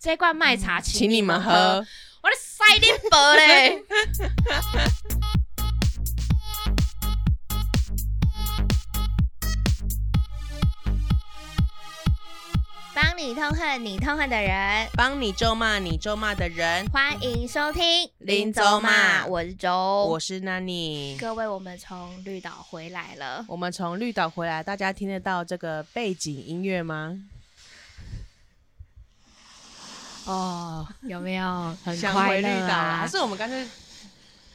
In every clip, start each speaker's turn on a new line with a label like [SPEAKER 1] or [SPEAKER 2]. [SPEAKER 1] 这罐麦茶嗯请
[SPEAKER 2] 请你们
[SPEAKER 1] 们
[SPEAKER 2] 喝。
[SPEAKER 1] 我的塞你伯嘞！帮你痛恨你痛恨的人，
[SPEAKER 2] 帮你咒骂你咒骂的人。
[SPEAKER 1] 欢迎收听
[SPEAKER 2] 林州骂
[SPEAKER 1] 我是周，
[SPEAKER 2] 我是 Nani，
[SPEAKER 1] 各位，我们从绿岛回来了，
[SPEAKER 2] 我们从绿岛回来，大家听得到这个背景音乐吗？哦，
[SPEAKER 1] 有没有很
[SPEAKER 2] 想
[SPEAKER 1] 快
[SPEAKER 2] 回绿
[SPEAKER 1] 乐
[SPEAKER 2] 岛了，还
[SPEAKER 1] 啊？
[SPEAKER 2] 是我们干脆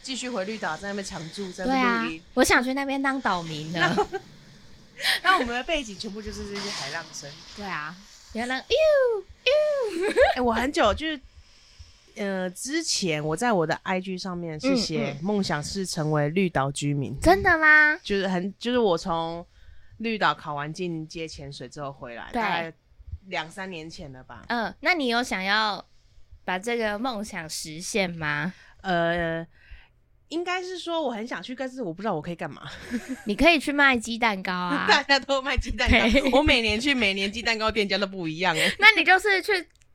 [SPEAKER 2] 继续回绿岛，在那边常住，在
[SPEAKER 1] 对
[SPEAKER 2] 那
[SPEAKER 1] 啊
[SPEAKER 2] 边录音？，
[SPEAKER 1] 我想去那边当岛民呢。
[SPEAKER 2] 那我们的背景全部就是这些海浪声。
[SPEAKER 1] 对啊，原来
[SPEAKER 2] 哎、我很久就是，呃，之前我在我的 IG 上面是
[SPEAKER 1] 嗯
[SPEAKER 2] 写梦想是成为绿岛居民，
[SPEAKER 1] 真的吗？
[SPEAKER 2] 就是很就是我从绿岛考完进阶潜水之后回来，
[SPEAKER 1] 对
[SPEAKER 2] 大概两三年前了吧。
[SPEAKER 1] 嗯，那你有想要把这个梦想实现吗？
[SPEAKER 2] 呃，应该是说我很想去，但是我不知道我可以干嘛。
[SPEAKER 1] 你可以去卖鸡蛋糕 啊，
[SPEAKER 2] 大家都卖鸡蛋
[SPEAKER 1] 对
[SPEAKER 2] 糕，我每年去，每年鸡蛋糕店家都不一样哎、
[SPEAKER 1] 那你就是去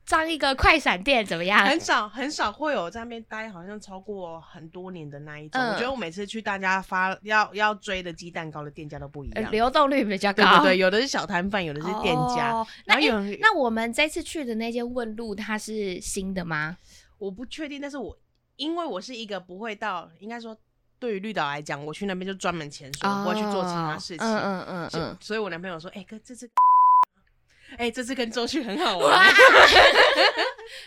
[SPEAKER 1] 当一个快闪店怎么样？
[SPEAKER 2] 很少很少会有在那边待，好像超过很多年的那一种。
[SPEAKER 1] 嗯
[SPEAKER 2] 我觉得我每次去大家发要要追的鸡蛋糕的店家都不一
[SPEAKER 1] 呃
[SPEAKER 2] 样。
[SPEAKER 1] 流动率比较
[SPEAKER 2] 对
[SPEAKER 1] 高，
[SPEAKER 2] 对对，有的是小摊贩，有的是店家，
[SPEAKER 1] 哦那
[SPEAKER 2] 然后
[SPEAKER 1] 诶
[SPEAKER 2] 有人
[SPEAKER 1] 那我们这次去的那间问路，它是新的吗？
[SPEAKER 2] 我不确定，但是我因为我是一个不会到，应该说对于绿岛来讲，我去那边就专门潜水，我不会去做其他事情。
[SPEAKER 1] 嗯嗯嗯
[SPEAKER 2] 所以
[SPEAKER 1] 嗯。
[SPEAKER 2] 所以我男朋友说，哎、哥，这次，哎、这次跟周旭很好
[SPEAKER 1] 哇
[SPEAKER 2] 玩。，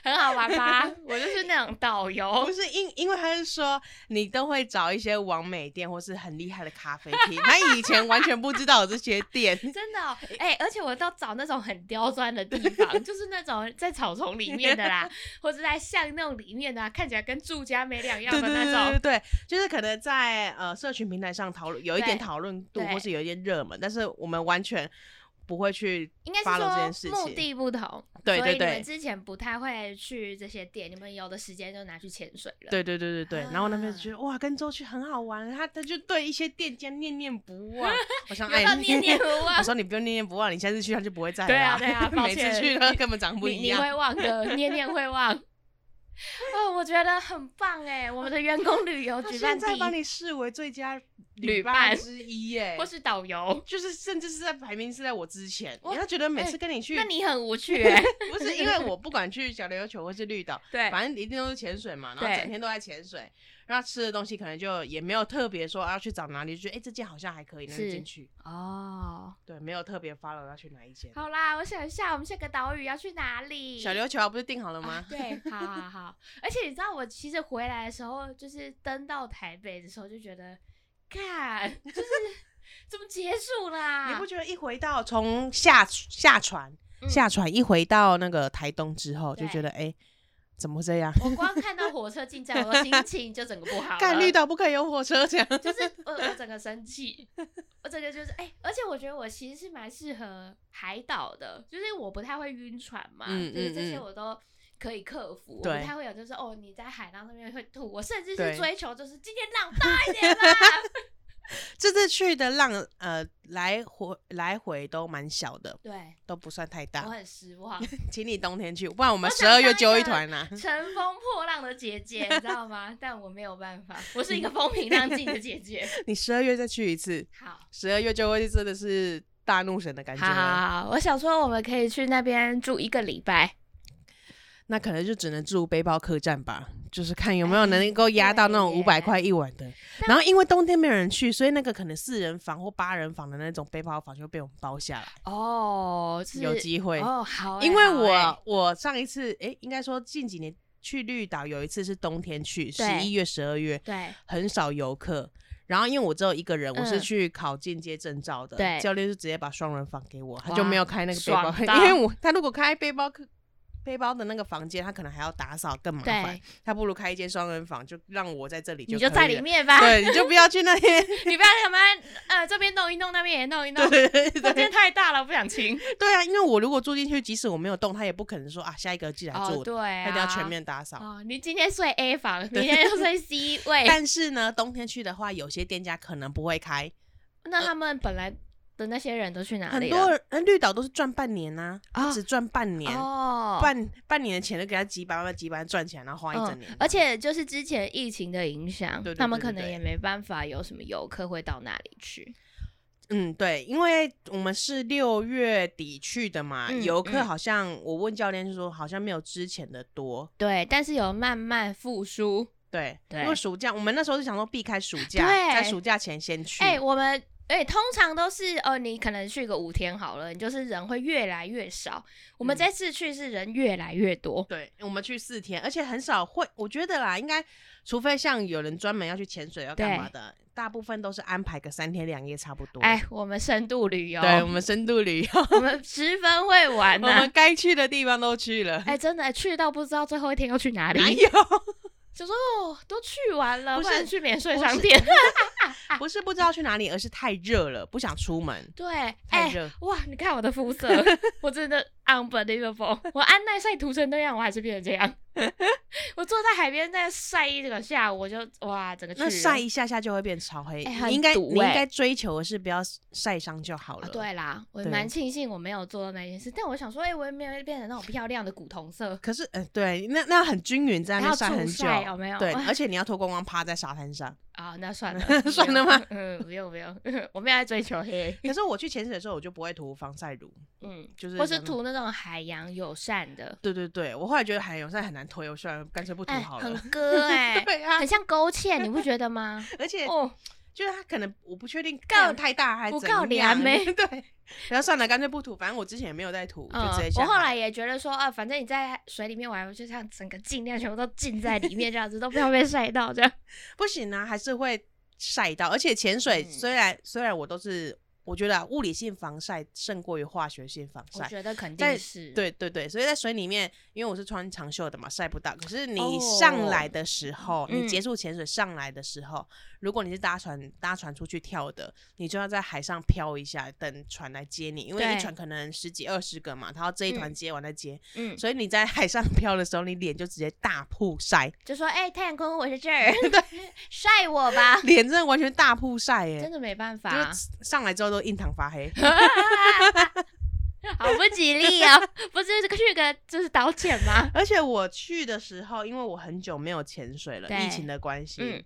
[SPEAKER 1] 很好玩吧？ 我就是那种导游
[SPEAKER 2] 不，是因，因为他是说你都会找一些完美店或是很厉害的咖啡厅，他以前完全不知道有这些店。
[SPEAKER 1] 真的哦、哎、而且我都找那种很刁钻的地方，就是那种在草丛里面的啦，或者在巷弄里面的、啊，看起来跟住家没两样
[SPEAKER 2] 对
[SPEAKER 1] 的
[SPEAKER 2] 对
[SPEAKER 1] 那
[SPEAKER 2] 对
[SPEAKER 1] 种。
[SPEAKER 2] 对对对，就是可能在呃社群平台上讨论有一点
[SPEAKER 1] 对
[SPEAKER 2] 讨论度，
[SPEAKER 1] 对
[SPEAKER 2] 或是有一点热门，但是我们完全不会去
[SPEAKER 1] 应该
[SPEAKER 2] follow 这件
[SPEAKER 1] 是
[SPEAKER 2] 事
[SPEAKER 1] 说目
[SPEAKER 2] 情。
[SPEAKER 1] 的不同，
[SPEAKER 2] 对
[SPEAKER 1] 所以
[SPEAKER 2] 对
[SPEAKER 1] 你们
[SPEAKER 2] 对
[SPEAKER 1] 之前不太会去这些店，你们有的时间就拿去潜水了。，
[SPEAKER 2] 对对对对对，然后我那边就
[SPEAKER 1] 啊
[SPEAKER 2] 觉得哇，跟周去很好玩，他他就对一些店家念念不 忘，我想
[SPEAKER 1] 有
[SPEAKER 2] 哎
[SPEAKER 1] 到，念念不
[SPEAKER 2] 我
[SPEAKER 1] 忘。
[SPEAKER 2] 说你不用念念不忘，你下次去他就不会再来
[SPEAKER 1] 对啊
[SPEAKER 2] 啦
[SPEAKER 1] 对 啊抱
[SPEAKER 2] 每次
[SPEAKER 1] 歉
[SPEAKER 2] 去他根本长不
[SPEAKER 1] 你
[SPEAKER 2] 一
[SPEAKER 1] 你
[SPEAKER 2] 样。
[SPEAKER 1] 会忘的，念念会忘。哦，我觉得很棒哎，我们的员工旅游
[SPEAKER 2] 他
[SPEAKER 1] 举办
[SPEAKER 2] 现在把
[SPEAKER 1] 第一，
[SPEAKER 2] 你视为最佳
[SPEAKER 1] 旅
[SPEAKER 2] 伴
[SPEAKER 1] 伴
[SPEAKER 2] 之一耶
[SPEAKER 1] 或，是导游，
[SPEAKER 2] 就是甚至是在排名是在我之前，
[SPEAKER 1] 哇
[SPEAKER 2] 他觉得每
[SPEAKER 1] 哎
[SPEAKER 2] 次跟你去
[SPEAKER 1] 那，你很无趣哎。
[SPEAKER 2] 不是因为我不管去小琉球或是绿岛，
[SPEAKER 1] 对，
[SPEAKER 2] 反正一定都是潜水嘛，然后
[SPEAKER 1] 对
[SPEAKER 2] 整天都在潜水，然后吃的东西可能就也没有特别说啊要去找哪里，就觉得哎、这间好像还可以，那就是进去。
[SPEAKER 1] 哦，
[SPEAKER 2] 对，没有特别 follow 要去哪一间。
[SPEAKER 1] 好啦，我想一下，我们下个岛屿要去哪里？
[SPEAKER 2] 小琉球啊，不是定好了
[SPEAKER 1] 啊
[SPEAKER 2] 吗？
[SPEAKER 1] 对，好好好。而且你知道，我其实回来的时候，就是登到台北的时候，就觉得，看，就是 怎么结束啦？
[SPEAKER 2] 你不觉得一回到从下下船、
[SPEAKER 1] 啊嗯
[SPEAKER 2] 下船一回到那个台东之后，就
[SPEAKER 1] 对
[SPEAKER 2] 觉得哎、怎么会这样？
[SPEAKER 1] 我光看到火车进站，我的心情就整个不好
[SPEAKER 2] 干
[SPEAKER 1] 了
[SPEAKER 2] 绿岛不可以有火车这样？
[SPEAKER 1] 就是我我整个生气，我整个就是哎、而且我觉得我其实是蛮适合海岛的，就是我不太会晕船嘛，
[SPEAKER 2] 嗯
[SPEAKER 1] 就是这些
[SPEAKER 2] 嗯嗯
[SPEAKER 1] 我都。可以克服，我不
[SPEAKER 2] 对
[SPEAKER 1] 太会有，就是哦，你在海浪那边会吐，我甚至
[SPEAKER 2] 对
[SPEAKER 1] 是追求，就是今天浪 大一点啦。
[SPEAKER 2] 这次去的浪呃来回来回都蛮小的，
[SPEAKER 1] 对，
[SPEAKER 2] 都不算太
[SPEAKER 1] 我
[SPEAKER 2] 大。
[SPEAKER 1] 很失望，
[SPEAKER 2] 请你冬天去，不然我们
[SPEAKER 1] 我
[SPEAKER 2] 十
[SPEAKER 1] 想
[SPEAKER 2] 二
[SPEAKER 1] 当
[SPEAKER 2] 月
[SPEAKER 1] 一
[SPEAKER 2] 揪一
[SPEAKER 1] 个
[SPEAKER 2] 团啊啦、
[SPEAKER 1] 乘风破浪的姐姐，你知道吗？但我没有办法，我是一个风平浪静的姐 姐。
[SPEAKER 2] 你十二月再去一次，
[SPEAKER 1] 好，
[SPEAKER 2] 十二月就会真的是大怒神的感觉啊
[SPEAKER 1] 好
[SPEAKER 2] 了。
[SPEAKER 1] 好好，我想说我们可以去那边住一个礼拜，
[SPEAKER 2] 那可能就只能住背包客栈吧，就是看有没有能够压到那种
[SPEAKER 1] 哎对
[SPEAKER 2] 五
[SPEAKER 1] 耶
[SPEAKER 2] 百块一晚的。然后因为冬天没有人去，所以那个可能四人房或八人房的那种背包房就被我们包下来，
[SPEAKER 1] 哦，就是
[SPEAKER 2] 有机会。
[SPEAKER 1] 哦，好欸、
[SPEAKER 2] 因为
[SPEAKER 1] 好
[SPEAKER 2] 我、
[SPEAKER 1] 欸
[SPEAKER 2] 我上一次诶，应该说近几年去绿岛有一次是冬天去，十
[SPEAKER 1] 对
[SPEAKER 2] 一月、十二月
[SPEAKER 1] 对
[SPEAKER 2] 很少游客。然后因为我只有一个人，我是
[SPEAKER 1] 嗯
[SPEAKER 2] 去考进阶证照的，
[SPEAKER 1] 对
[SPEAKER 2] 教练就直接把双人房给我，他
[SPEAKER 1] 哇
[SPEAKER 2] 就没有开那个背包客，
[SPEAKER 1] 爽到
[SPEAKER 2] 因为我他如果开背包客。背包的那个房间，他可能还要打扫，更麻烦
[SPEAKER 1] 对。，
[SPEAKER 2] 他不如开一间双人房，就让我在这里
[SPEAKER 1] 你
[SPEAKER 2] 就可以
[SPEAKER 1] 就
[SPEAKER 2] 了
[SPEAKER 1] 在里。面吧，
[SPEAKER 2] 对，你就不要去那边。
[SPEAKER 1] 你不要他们呃这边弄一弄，那边也弄一弄，
[SPEAKER 2] 对对对
[SPEAKER 1] 空间太大了，我不想清。
[SPEAKER 2] 对啊，因为我如果住进去，即使我没有动，他也不可能说啊，下一个进来住
[SPEAKER 1] 哦，
[SPEAKER 2] 我的，
[SPEAKER 1] 对
[SPEAKER 2] 他
[SPEAKER 1] 啊，
[SPEAKER 2] 一定要全面打扫。
[SPEAKER 1] 哦，哎你今天睡 A 房，明天又睡 C 位，
[SPEAKER 2] 但是呢，冬天去的话，有些店家可能不会开，
[SPEAKER 1] 那他们本来的那些人都去哪
[SPEAKER 2] 很
[SPEAKER 1] 里
[SPEAKER 2] 多
[SPEAKER 1] 了？
[SPEAKER 2] 人，呃绿岛都是赚半年呐、
[SPEAKER 1] 啊
[SPEAKER 2] 他只赚半年，
[SPEAKER 1] 哦，嗯
[SPEAKER 2] 半半年的钱就给他几百万、几百万赚起来，然后花一整年。
[SPEAKER 1] 而且就是之前疫情的影响，
[SPEAKER 2] 对对
[SPEAKER 1] 他们
[SPEAKER 2] 对对
[SPEAKER 1] 可能
[SPEAKER 2] 对
[SPEAKER 1] 也没办法有什么游客会到那里去。
[SPEAKER 2] 嗯，对，因为我们是六月底去的嘛，
[SPEAKER 1] 嗯
[SPEAKER 2] 游客
[SPEAKER 1] 嗯
[SPEAKER 2] 好像、我问教练是说好像没有之前的多。
[SPEAKER 1] 对，但是有慢慢复苏。
[SPEAKER 2] 对，
[SPEAKER 1] 对
[SPEAKER 2] 因为暑假我们那时候是想说避开暑假，
[SPEAKER 1] 对
[SPEAKER 2] 在暑假前先去。
[SPEAKER 1] 哎、我们哎、通常都是哦，你可能去个五天好了，你就是人会越来越少。我们
[SPEAKER 2] 嗯
[SPEAKER 1] 这次去是人越来越多，
[SPEAKER 2] 对，我们去四天，而且很少会，我觉得啦，应该除非像有人专门要去潜水要干嘛的，大部分都是安排个三天两夜差不多。
[SPEAKER 1] 哎、，哦我们深度旅游，
[SPEAKER 2] 对我们深度旅游，
[SPEAKER 1] 我们十分会玩
[SPEAKER 2] 我
[SPEAKER 1] 呐、
[SPEAKER 2] 们该去的地方都去了。
[SPEAKER 1] 哎、真的、去到不知道最后一天要去哪
[SPEAKER 2] 哪
[SPEAKER 1] 里，
[SPEAKER 2] 有？
[SPEAKER 1] 就说哦，都去完了，
[SPEAKER 2] 不
[SPEAKER 1] 不
[SPEAKER 2] 是
[SPEAKER 1] 然去免税
[SPEAKER 2] 不
[SPEAKER 1] 商
[SPEAKER 2] 是
[SPEAKER 1] 店。
[SPEAKER 2] 不是不知道去哪里，而是太热了，不想出门，
[SPEAKER 1] 对，哎、
[SPEAKER 2] 太热。
[SPEAKER 1] 哇，你看我的肤 色，我真的 unbelievable。我 安耐晒涂成那样，我还是变成这样。 我坐在海边在晒一整个下午，我就哇，整个去
[SPEAKER 2] 那
[SPEAKER 1] 了
[SPEAKER 2] 晒一下下就会变超黑，
[SPEAKER 1] 啊哎很
[SPEAKER 2] 你应该、
[SPEAKER 1] 毒
[SPEAKER 2] 你应
[SPEAKER 1] 哎
[SPEAKER 2] 该追求的是不要晒伤就好了。
[SPEAKER 1] 啊，对啦，我
[SPEAKER 2] 对
[SPEAKER 1] 蛮庆幸我没有做那件事，但我想说，哎、我也没有变成那种漂亮的古铜 色，
[SPEAKER 2] 可是，嗯、对，那那很均匀，在那
[SPEAKER 1] 还要
[SPEAKER 2] 边晒很
[SPEAKER 1] 助
[SPEAKER 2] 久，
[SPEAKER 1] 晒哦有没有？
[SPEAKER 2] 对，而且你要脱光光趴在沙滩上。，
[SPEAKER 1] 啊，那算了
[SPEAKER 2] 算了吗
[SPEAKER 1] 不用？嗯，不用不用， 我没有在追求 黑，
[SPEAKER 2] 可是我去潜水的时候，我就不会涂防晒乳，
[SPEAKER 1] 嗯，
[SPEAKER 2] 就是
[SPEAKER 1] 或是
[SPEAKER 2] 可能。
[SPEAKER 1] 涂那种海洋友善的，
[SPEAKER 2] 对对对，我后来觉得海洋晒很难推，我虽然干脆不涂
[SPEAKER 1] 哎、
[SPEAKER 2] 好
[SPEAKER 1] 很
[SPEAKER 2] 了。
[SPEAKER 1] 割哎、
[SPEAKER 2] 对啊
[SPEAKER 1] 很，像勾芡，你不觉得 吗？
[SPEAKER 2] 而且
[SPEAKER 1] 哦，
[SPEAKER 2] 就是它可能我不确定
[SPEAKER 1] 告
[SPEAKER 2] 量太大还是
[SPEAKER 1] 不
[SPEAKER 2] 怎
[SPEAKER 1] 告
[SPEAKER 2] 样，
[SPEAKER 1] 量欸
[SPEAKER 2] 对。然后算了，干脆不涂，反正我之前也没有在涂，就直接
[SPEAKER 1] 嗯，
[SPEAKER 2] 下
[SPEAKER 1] 我
[SPEAKER 2] 海。
[SPEAKER 1] 后来也觉得说，啊，反正你在水里面玩，就像整个尽量全部都浸在里面，这样子都不要被晒到，这样。
[SPEAKER 2] 不行啊，还是会晒到。而且潜水
[SPEAKER 1] 嗯
[SPEAKER 2] 虽然、虽然我都是，我觉得、啊、物理性防晒胜过于化学性防
[SPEAKER 1] 我
[SPEAKER 2] 晒。
[SPEAKER 1] 觉得肯
[SPEAKER 2] 在
[SPEAKER 1] 定是，
[SPEAKER 2] 对对对，所以在水里面，因为我是穿长袖的嘛，晒不到。可是你
[SPEAKER 1] 哦
[SPEAKER 2] 上来的时候，
[SPEAKER 1] 嗯
[SPEAKER 2] 你结束潜水上来的时候，如果你是搭船搭船出去跳的，你就要在海上漂一下，等船来接你，因为
[SPEAKER 1] 对
[SPEAKER 2] 一船可能十几二十个嘛，然后这一团接完再接，
[SPEAKER 1] 嗯，
[SPEAKER 2] 所以你在海上 漂的时候，你脸就直接大曝晒，
[SPEAKER 1] 就说，哎、太阳公公，我是这 儿， 晒我吧。
[SPEAKER 2] 脸真的完全大曝晒耶、
[SPEAKER 1] 真的没办
[SPEAKER 2] 就
[SPEAKER 1] 法，
[SPEAKER 2] 是上来之后都印堂发黑，
[SPEAKER 1] 好不吉利
[SPEAKER 2] 啊
[SPEAKER 1] 哦！不是去个就是导潜吗？
[SPEAKER 2] 而且我去的时候，因为我很久没有潜水了，
[SPEAKER 1] 对
[SPEAKER 2] 疫情的关系，
[SPEAKER 1] 嗯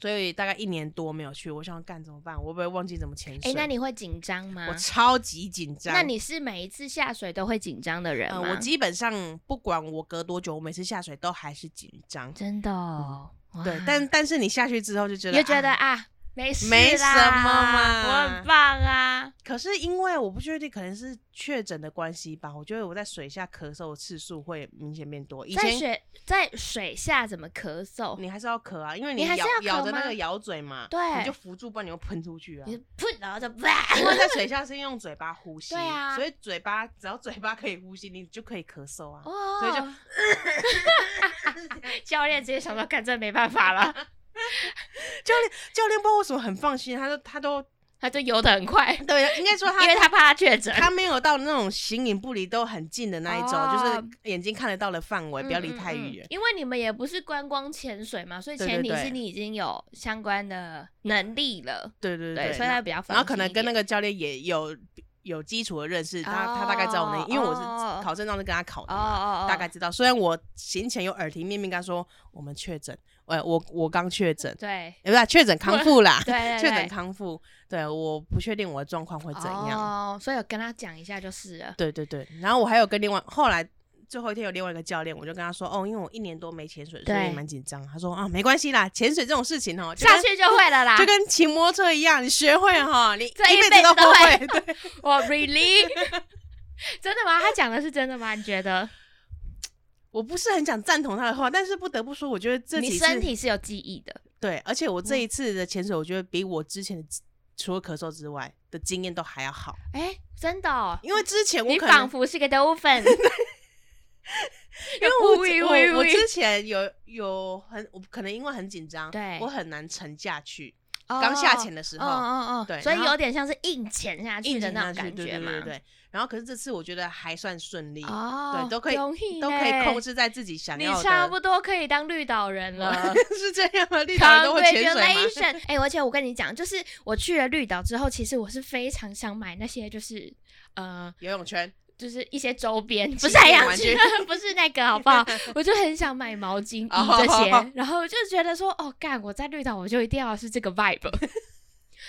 [SPEAKER 2] 所以大概一年多没有去。我想干怎么办？我会不会忘记怎么潜
[SPEAKER 1] 哎、
[SPEAKER 2] 水？
[SPEAKER 1] 那你会紧张吗
[SPEAKER 2] 我？超级紧张。
[SPEAKER 1] 那你是每一次下水都会紧张的人
[SPEAKER 2] 呃，
[SPEAKER 1] 吗？
[SPEAKER 2] 我基本上不管我隔多久，我每次下水都还是紧张。
[SPEAKER 1] 真的、哦哇
[SPEAKER 2] 嗯对，但但是你下去之后就觉
[SPEAKER 1] 你
[SPEAKER 2] 得，
[SPEAKER 1] 就觉得
[SPEAKER 2] 啊
[SPEAKER 1] 啊，没事啦，
[SPEAKER 2] 没什么嘛
[SPEAKER 1] 我很棒啊。
[SPEAKER 2] 可是因为我不确定，可能是确诊的关系吧，我觉得我在水下咳嗽的次数会明显变多。以
[SPEAKER 1] 在
[SPEAKER 2] 前
[SPEAKER 1] 水在水下怎么咳嗽？
[SPEAKER 2] 你还是要咳啊，因为
[SPEAKER 1] 你还是
[SPEAKER 2] 咬
[SPEAKER 1] 要咳
[SPEAKER 2] 咬着那
[SPEAKER 1] 吗
[SPEAKER 2] 个咬嘴嘛，
[SPEAKER 1] 对
[SPEAKER 2] 你就扶住，不然你会喷出去啊。
[SPEAKER 1] 你噗，然后就啪，
[SPEAKER 2] 因为在水下是用嘴巴呼吸，
[SPEAKER 1] 对啊
[SPEAKER 2] 所以嘴巴只要嘴巴可以呼吸，你就可以咳嗽啊。
[SPEAKER 1] 哦，
[SPEAKER 2] 所以
[SPEAKER 1] 教练直接想到，干这没办法了，
[SPEAKER 2] 教练不知道为什么很放心，他都 他都
[SPEAKER 1] 他就游得很快，
[SPEAKER 2] 对，应该说
[SPEAKER 1] 因为
[SPEAKER 2] 他
[SPEAKER 1] 他怕他确诊。
[SPEAKER 2] 他没有到那种形影不离都很近的那一种，
[SPEAKER 1] 哦
[SPEAKER 2] 就是眼睛看得到的范围，
[SPEAKER 1] 嗯
[SPEAKER 2] 不要离太
[SPEAKER 1] 嗯嗯
[SPEAKER 2] 远
[SPEAKER 1] 嗯。因为你们也不是观光潜水嘛，所以
[SPEAKER 2] 对
[SPEAKER 1] 前提
[SPEAKER 2] 对对
[SPEAKER 1] 是你已经有相关的能力了，
[SPEAKER 2] 对对
[SPEAKER 1] 对，所以
[SPEAKER 2] 然
[SPEAKER 1] 他
[SPEAKER 2] 后
[SPEAKER 1] 比较放心
[SPEAKER 2] 然后可能跟那
[SPEAKER 1] 一点
[SPEAKER 2] 个教练也有有基础的认识，他
[SPEAKER 1] 哦
[SPEAKER 2] 他大概知道我能，因为我是
[SPEAKER 1] 哦
[SPEAKER 2] 考证照是跟他考的
[SPEAKER 1] 哦
[SPEAKER 2] 嘛，
[SPEAKER 1] 哦哦，
[SPEAKER 2] 大概知道。虽然我行前有耳提面命跟他说我们确诊，呃，我我刚确诊，
[SPEAKER 1] 对
[SPEAKER 2] 呃不是确诊康复啦，
[SPEAKER 1] 对 对
[SPEAKER 2] 确诊
[SPEAKER 1] 对，
[SPEAKER 2] 康复，对，我不确定我的状况会怎样。
[SPEAKER 1] 哦，所以我跟他讲一下就是了。
[SPEAKER 2] 对对对，然后我还有跟另外后来最后一天有另外一个教练，我就跟他说，哦，因为我一年多没潜水，所以
[SPEAKER 1] 对
[SPEAKER 2] 蛮紧张。他说啊，没关系啦，潜水这种事情哦，就
[SPEAKER 1] 下
[SPEAKER 2] 跟
[SPEAKER 1] 去就会了啦
[SPEAKER 2] 就，跟骑摩托车一样，你学会哈，你一
[SPEAKER 1] 这一辈
[SPEAKER 2] 辈子
[SPEAKER 1] 子都
[SPEAKER 2] 都不
[SPEAKER 1] 会
[SPEAKER 2] 会。 对，
[SPEAKER 1] 我 really 真的吗？他讲的是真的吗？你觉得
[SPEAKER 2] 我不是很想赞同他的话，但是不得不说，我觉得 这
[SPEAKER 1] 你
[SPEAKER 2] 几
[SPEAKER 1] 身
[SPEAKER 2] 次
[SPEAKER 1] 体是有记忆的？
[SPEAKER 2] 对，而且我这
[SPEAKER 1] 嗯
[SPEAKER 2] 一次的潜水，我觉得比我之前的除了咳嗽之外的经验都还要好，
[SPEAKER 1] 哎，真的哦，
[SPEAKER 2] 因为之前我
[SPEAKER 1] 你
[SPEAKER 2] 可
[SPEAKER 1] 仿
[SPEAKER 2] 能
[SPEAKER 1] 佛是个豆粉，
[SPEAKER 2] 因为
[SPEAKER 1] 又
[SPEAKER 2] 我
[SPEAKER 1] 不
[SPEAKER 2] 我我
[SPEAKER 1] 不
[SPEAKER 2] 之前有有很我可能因为很紧张，
[SPEAKER 1] 对哦
[SPEAKER 2] 我很难沉下去，刚下潜的时候，
[SPEAKER 1] 嗯嗯
[SPEAKER 2] 对
[SPEAKER 1] 嗯，所以
[SPEAKER 2] 然后
[SPEAKER 1] 有点像是硬潜下去
[SPEAKER 2] 硬
[SPEAKER 1] 的
[SPEAKER 2] 挺
[SPEAKER 1] 那
[SPEAKER 2] 上
[SPEAKER 1] 种
[SPEAKER 2] 去，
[SPEAKER 1] 感
[SPEAKER 2] 对
[SPEAKER 1] 觉
[SPEAKER 2] 对
[SPEAKER 1] 嘛
[SPEAKER 2] 对。对。然后可是这次我觉得还算顺利，
[SPEAKER 1] 哦，
[SPEAKER 2] 对都可以
[SPEAKER 1] 容易
[SPEAKER 2] 都可以
[SPEAKER 1] 呢
[SPEAKER 2] 控，制在自己想
[SPEAKER 1] 你
[SPEAKER 2] 要的。
[SPEAKER 1] 差不多可以当绿岛人 了。
[SPEAKER 2] 是这样吗？绿岛人都会潜水吗？
[SPEAKER 1] Congratulation！哎、而且我跟你讲，就是我去了绿岛之后，其实我是非常想买那些，就是呃，
[SPEAKER 2] 游泳圈，
[SPEAKER 1] 就是一些周边，不
[SPEAKER 2] 亲
[SPEAKER 1] 是海
[SPEAKER 2] 密
[SPEAKER 1] 洋
[SPEAKER 2] 玩
[SPEAKER 1] 圈
[SPEAKER 2] 具，
[SPEAKER 1] 不是那个，好不好？我就很想买毛 巾、
[SPEAKER 2] 哦
[SPEAKER 1] 衣这些，然后就觉得说，哦，干，我在绿岛我就一定要是这个 vibe。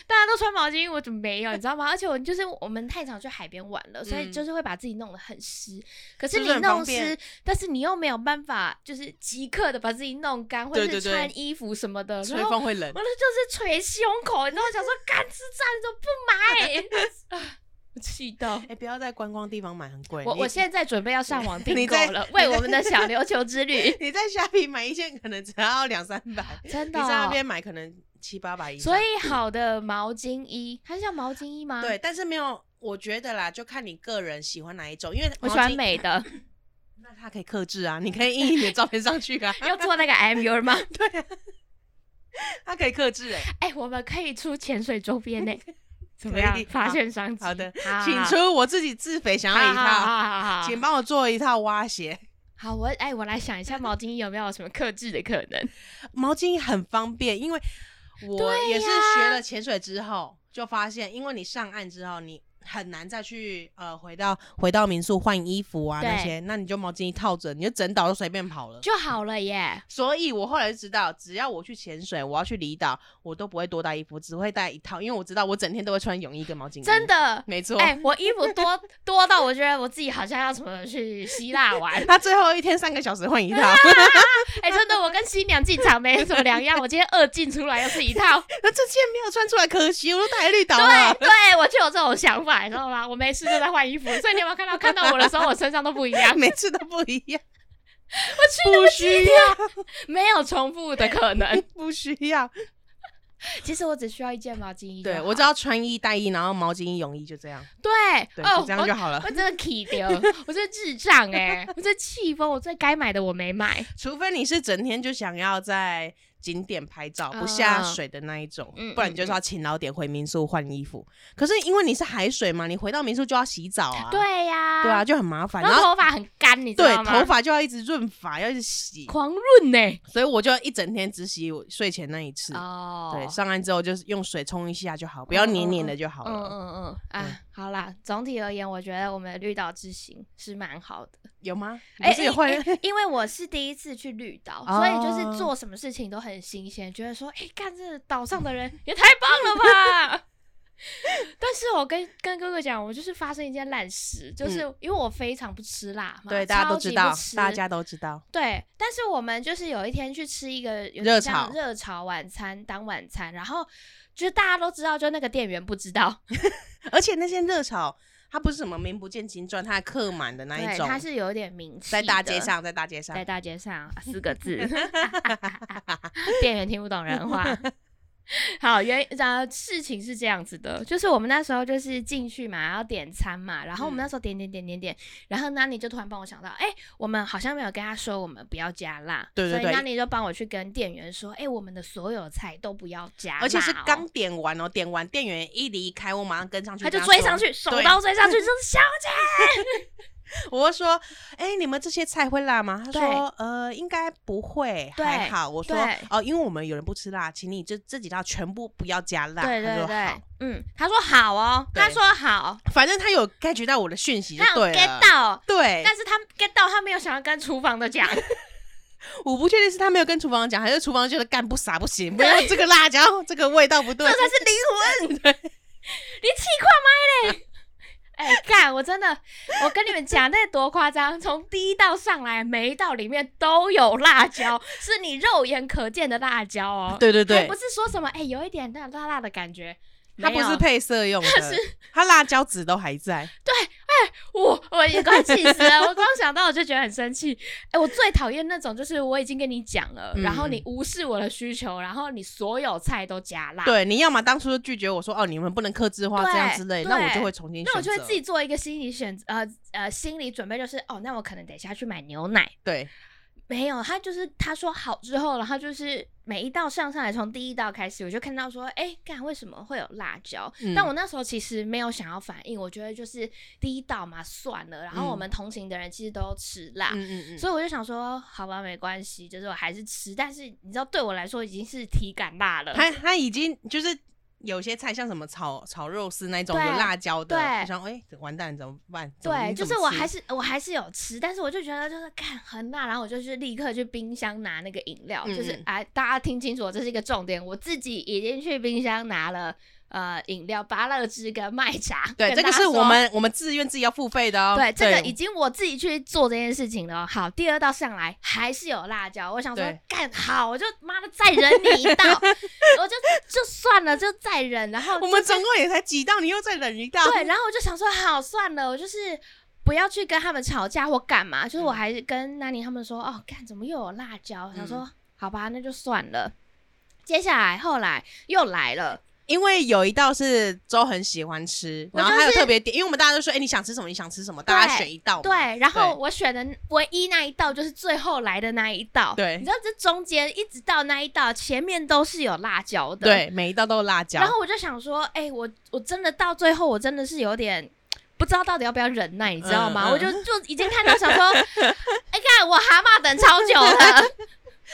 [SPEAKER 1] 大家都穿毛巾，我怎么没有？你知道吗？而且我就是我们太常去海边玩了，所以
[SPEAKER 2] 嗯
[SPEAKER 1] 就是会把自己弄得很湿。可
[SPEAKER 2] 是
[SPEAKER 1] 是
[SPEAKER 2] 不
[SPEAKER 1] 你
[SPEAKER 2] 是很方
[SPEAKER 1] 弄
[SPEAKER 2] 便
[SPEAKER 1] 湿，但是你又没有办法，就是即刻的把自己弄干，或
[SPEAKER 2] 对
[SPEAKER 1] 者是
[SPEAKER 2] 对对
[SPEAKER 1] 穿衣服什么的。
[SPEAKER 2] 吹
[SPEAKER 1] 然后
[SPEAKER 2] 风会冷
[SPEAKER 1] 我。那就是捶胸口，你知道，我想说，干吃炸你怎么不买？ 啊我气到。
[SPEAKER 2] 哎，不要在观光地方买，很贵。
[SPEAKER 1] 我
[SPEAKER 2] 你
[SPEAKER 1] 我现在准备要上网订
[SPEAKER 2] 你
[SPEAKER 1] 购
[SPEAKER 2] 在
[SPEAKER 1] 了，
[SPEAKER 2] 你
[SPEAKER 1] 为
[SPEAKER 2] 在，
[SPEAKER 1] 我们的小琉球之旅
[SPEAKER 2] 你在虾皮买一件可能只要两三百，
[SPEAKER 1] 真
[SPEAKER 2] 你
[SPEAKER 1] 的
[SPEAKER 2] 在那
[SPEAKER 1] 哦、
[SPEAKER 2] 边买可能七八百以上。
[SPEAKER 1] 所以好的毛巾衣，它是叫毛巾衣吗？
[SPEAKER 2] 对，，但是没有，我觉得啦，就看你个人喜欢哪一种，因为
[SPEAKER 1] 我
[SPEAKER 2] 毛
[SPEAKER 1] 喜欢
[SPEAKER 2] 巾，
[SPEAKER 1] 美的，
[SPEAKER 2] 那它可以克制啊，你可以印你的照片上去啊，
[SPEAKER 1] 要做那个 I'm your 吗？
[SPEAKER 2] 对啊，它可以克制哎、
[SPEAKER 1] 哎、我们可以出潜水周边呢、 怎么
[SPEAKER 2] 可
[SPEAKER 1] 样
[SPEAKER 2] 以？
[SPEAKER 1] 发
[SPEAKER 2] 好
[SPEAKER 1] 现商机？
[SPEAKER 2] 好的
[SPEAKER 1] 好，好
[SPEAKER 2] 请
[SPEAKER 1] 好
[SPEAKER 2] 出我自己自肥想要
[SPEAKER 1] 好啊
[SPEAKER 2] 一
[SPEAKER 1] 好好
[SPEAKER 2] 套，
[SPEAKER 1] 好好好
[SPEAKER 2] 请帮我做一套蛙鞋。
[SPEAKER 1] 好，我哎、我来想一下毛巾衣有没有什么克制的可
[SPEAKER 2] 嗯
[SPEAKER 1] 能？
[SPEAKER 2] 毛巾很方便，因为我
[SPEAKER 1] 对
[SPEAKER 2] 也是
[SPEAKER 1] 呀
[SPEAKER 2] 学了潜水之后就发现，因为你上岸之后你。很难再去呃回到回到民宿换衣服啊
[SPEAKER 1] 对
[SPEAKER 2] 那些，那你就毛巾一套着，你就整岛都随便跑了。
[SPEAKER 1] 就好了耶。
[SPEAKER 2] 所以我后来就知道，只要我去潜水，我要去离岛，我都不会多带衣服，只会带一套，因为我知道我整天都会穿泳衣跟毛巾。
[SPEAKER 1] 真，的。
[SPEAKER 2] 没错。
[SPEAKER 1] 哎、我衣服多多到我觉得我自己好像要什么去希腊玩，
[SPEAKER 2] 他最后一天三个小时换一套，
[SPEAKER 1] 哎、真的我跟新娘进场没什么两样，我今天二进出来又是一 套，
[SPEAKER 2] 那这件没有穿出来，可惜我都带绿岛了
[SPEAKER 1] 对。对，我就有这种想法，你知道吗？我没事就在换衣服，所以你有没有看到看到我的时候，我身上都不一样，
[SPEAKER 2] 每次都不一样，
[SPEAKER 1] 我
[SPEAKER 2] 不需要，
[SPEAKER 1] 没有重复的可 能。
[SPEAKER 2] 不需要。
[SPEAKER 1] 其实我只需要一件毛巾衣就好，
[SPEAKER 2] 对我只要穿衣带衣，然后毛巾衣、泳衣就这样，
[SPEAKER 1] 对
[SPEAKER 2] 对，
[SPEAKER 1] 哦
[SPEAKER 2] 就，这样就好了
[SPEAKER 1] 我。我真的气掉，我这智障 哎、我这气疯，我最该买的我没买，
[SPEAKER 2] 除非你是整天就想要在景点拍照
[SPEAKER 1] 嗯
[SPEAKER 2] 不下水的那一种，
[SPEAKER 1] 嗯
[SPEAKER 2] 不然你就是要勤劳点回民宿换衣服。可是因为你是海水嘛，你回到民宿就要洗澡啊，
[SPEAKER 1] 对呀、
[SPEAKER 2] 对啊，就很麻烦。
[SPEAKER 1] 然
[SPEAKER 2] 然
[SPEAKER 1] 后
[SPEAKER 2] 后
[SPEAKER 1] 头发很干，你知
[SPEAKER 2] 对
[SPEAKER 1] 道吗？
[SPEAKER 2] 头发就要一直润发，要一 直洗，
[SPEAKER 1] 狂润呢、
[SPEAKER 2] 所以我就一整天只洗我睡前那一次。
[SPEAKER 1] 哦
[SPEAKER 2] 对，上岸之后就是用水冲一下就好，不要黏黏的就好
[SPEAKER 1] 嗯
[SPEAKER 2] 了。
[SPEAKER 1] 嗯嗯
[SPEAKER 2] 对
[SPEAKER 1] 啊，好啦，总体而言，我觉得我们的绿岛之行是蛮好的。
[SPEAKER 2] 有吗？不
[SPEAKER 1] 哎
[SPEAKER 2] 是有换、
[SPEAKER 1] 哎哎因为我是第一次去绿岛，
[SPEAKER 2] 哦
[SPEAKER 1] 所以就是做什么事情都很新鲜，觉得说，哎、干这岛上的人也太棒了吧！ 但是我跟跟哥哥讲，我就是发生一件烂事，就是因为我非常不吃辣嘛，
[SPEAKER 2] 嗯对，大家都
[SPEAKER 1] 超级不
[SPEAKER 2] 知道，
[SPEAKER 1] 吃
[SPEAKER 2] 大家都知道。
[SPEAKER 1] 对，但是我们就是有一天去吃一个有
[SPEAKER 2] 热
[SPEAKER 1] 点像
[SPEAKER 2] 炒
[SPEAKER 1] 热炒晚餐当晚餐，然后就大家都知道，就那个店员不知道，
[SPEAKER 2] 而且那些热炒，它不是什么名不见经传，它还刻满的那一
[SPEAKER 1] 对，
[SPEAKER 2] 种，
[SPEAKER 1] 它是有点名气，
[SPEAKER 2] 在大街，上，在大街上
[SPEAKER 1] 在。大街上啊四个 字，店员听不懂人话。 好，原呃事情是这样子的，就是我们那时候就是进去嘛，然后点餐嘛，然后我们
[SPEAKER 2] 嗯
[SPEAKER 1] 那时候点点点点点，然后 Nani 就突然帮我想到，哎、我们好像没有跟他说我们不要加辣，
[SPEAKER 2] 对对
[SPEAKER 1] 所以
[SPEAKER 2] 对
[SPEAKER 1] Nani 就帮我去跟店员说，哎、我们的所有菜都不要加辣、
[SPEAKER 2] 而且是刚。点完哦，点完店员一离开，我马上跟上去，
[SPEAKER 1] 他就
[SPEAKER 2] 跟
[SPEAKER 1] 追
[SPEAKER 2] 说
[SPEAKER 1] 上，去，手
[SPEAKER 2] 对
[SPEAKER 1] 刀追上去， 就是小姐，
[SPEAKER 2] 我就说：“哎、你们这些菜会辣吗？”他
[SPEAKER 1] 对
[SPEAKER 2] 说：“呃，应该不会，
[SPEAKER 1] 对
[SPEAKER 2] 还好。”我说
[SPEAKER 1] 对：“
[SPEAKER 2] 哦，因为我们有人不吃辣，请你这这几道全部不要加辣。”
[SPEAKER 1] 对对
[SPEAKER 2] 他说
[SPEAKER 1] 对
[SPEAKER 2] 好，，
[SPEAKER 1] 嗯，他说好哦，
[SPEAKER 2] 对
[SPEAKER 1] 他说好，
[SPEAKER 2] 反正他有 get 到我的讯息就
[SPEAKER 1] 他有
[SPEAKER 2] 对
[SPEAKER 1] get
[SPEAKER 2] 了。
[SPEAKER 1] 到，
[SPEAKER 2] 对，
[SPEAKER 1] 但是他 get 到，他没有想要跟厨房的讲，
[SPEAKER 2] 我不确定是他没有跟厨房讲，还是厨房觉得干不傻不行，不要这个辣椒，这个味道不 对
[SPEAKER 1] 这。才是灵魂。你气垮麦 嘞！哎，干！我真的，我跟你们讲，那多夸张！从第一道上来，每一道里面都有辣椒，是你肉眼可见的辣椒哦。
[SPEAKER 2] 对对
[SPEAKER 1] 还
[SPEAKER 2] 对
[SPEAKER 1] 不，是说什么哎、有一点那辣辣的感觉。
[SPEAKER 2] 它不
[SPEAKER 1] 没
[SPEAKER 2] 是
[SPEAKER 1] 有
[SPEAKER 2] 配色用的，
[SPEAKER 1] 它是
[SPEAKER 2] 它辣椒籽都还在。
[SPEAKER 1] 我我也快气死了！我光想到我就觉得很生气。哎、我最讨厌那种，就是我已经跟你讲了，然后
[SPEAKER 2] 嗯
[SPEAKER 1] 你无视我的需求，然后你所有菜都加辣。
[SPEAKER 2] 对，你要么当初就拒绝我说哦，你们不能克制化
[SPEAKER 1] 啊对
[SPEAKER 2] 这样之类，
[SPEAKER 1] 对
[SPEAKER 2] 那我就会重新选择。
[SPEAKER 1] 那我就会自己做一个心理选择，呃呃，心理准备就是，哦，那我可能等一下去买牛奶，
[SPEAKER 2] 对，
[SPEAKER 1] 没有，他就是他说好之后，然后就是每一道上上来，从第一道开始，我就看到说，哎、干为什么会有辣椒？
[SPEAKER 2] 嗯
[SPEAKER 1] 但我那时候其实没有想要反应，我觉得就是第一道嘛，算了。然后我
[SPEAKER 2] 嗯
[SPEAKER 1] 们同行的人其实都吃辣，
[SPEAKER 2] 嗯嗯嗯，
[SPEAKER 1] 所以我就想说，好吧，没关系，就是我还是吃。但是你知道，对我来说已经是体感辣了，
[SPEAKER 2] 他他已经就是有些菜像什么炒炒肉丝那种有
[SPEAKER 1] 对
[SPEAKER 2] 辣椒的，
[SPEAKER 1] 对
[SPEAKER 2] 我想哎、完蛋怎么办？怎么
[SPEAKER 1] 对，
[SPEAKER 2] 你
[SPEAKER 1] 就
[SPEAKER 2] 怎
[SPEAKER 1] 是
[SPEAKER 2] 么
[SPEAKER 1] 我
[SPEAKER 2] 吃
[SPEAKER 1] 还是我还是有吃，但是我就觉得就是看很辣，然后我就去立刻去冰箱拿那个饮料，
[SPEAKER 2] 嗯
[SPEAKER 1] 就是
[SPEAKER 2] 嗯
[SPEAKER 1] 哎，大家听清楚，这是一个重点，我自己已经去冰箱拿了呃饮料、芭乐汁跟麦茶。跟
[SPEAKER 2] 对，这个
[SPEAKER 1] 大家
[SPEAKER 2] 是我
[SPEAKER 1] 说。
[SPEAKER 2] 们我们自愿自己要付费的哦。
[SPEAKER 1] 对，这个已经我自己去做这件事情了哦。好，第二道上来还是有辣椒，我想说
[SPEAKER 2] 对
[SPEAKER 1] 干好，我就妈的再忍你一道， 我就就算了，就再忍。然后
[SPEAKER 2] 我们总共也才几道，你又再忍一 道。
[SPEAKER 1] 对，然后我就想说，好，算了，我就是不要去跟他们吵架或干嘛。就是我还是跟那尼他们说，哦，看怎么又有辣椒，想说、好吧，那就算了。接下来后来又来了，
[SPEAKER 2] 因为有一道是周很喜欢吃，
[SPEAKER 1] 我
[SPEAKER 2] 然后
[SPEAKER 1] 就是
[SPEAKER 2] 还有特别点，因为我们大家都说，哎、你想吃什么？你想吃什么？大家选一道嘛。
[SPEAKER 1] 对，然后我选的唯一那一道就是最后来的那一道，
[SPEAKER 2] 对
[SPEAKER 1] 你知道这中间一直到那一道前面都是有辣椒的，。
[SPEAKER 2] 对，每一道都有辣椒。
[SPEAKER 1] 然后我就想说，哎、我我真的到最后，我真的是有点不知道到底要不要忍耐，你知道吗？
[SPEAKER 2] 嗯嗯
[SPEAKER 1] 我就就已经看到想说，哎、看我蛤蟆等超久 了，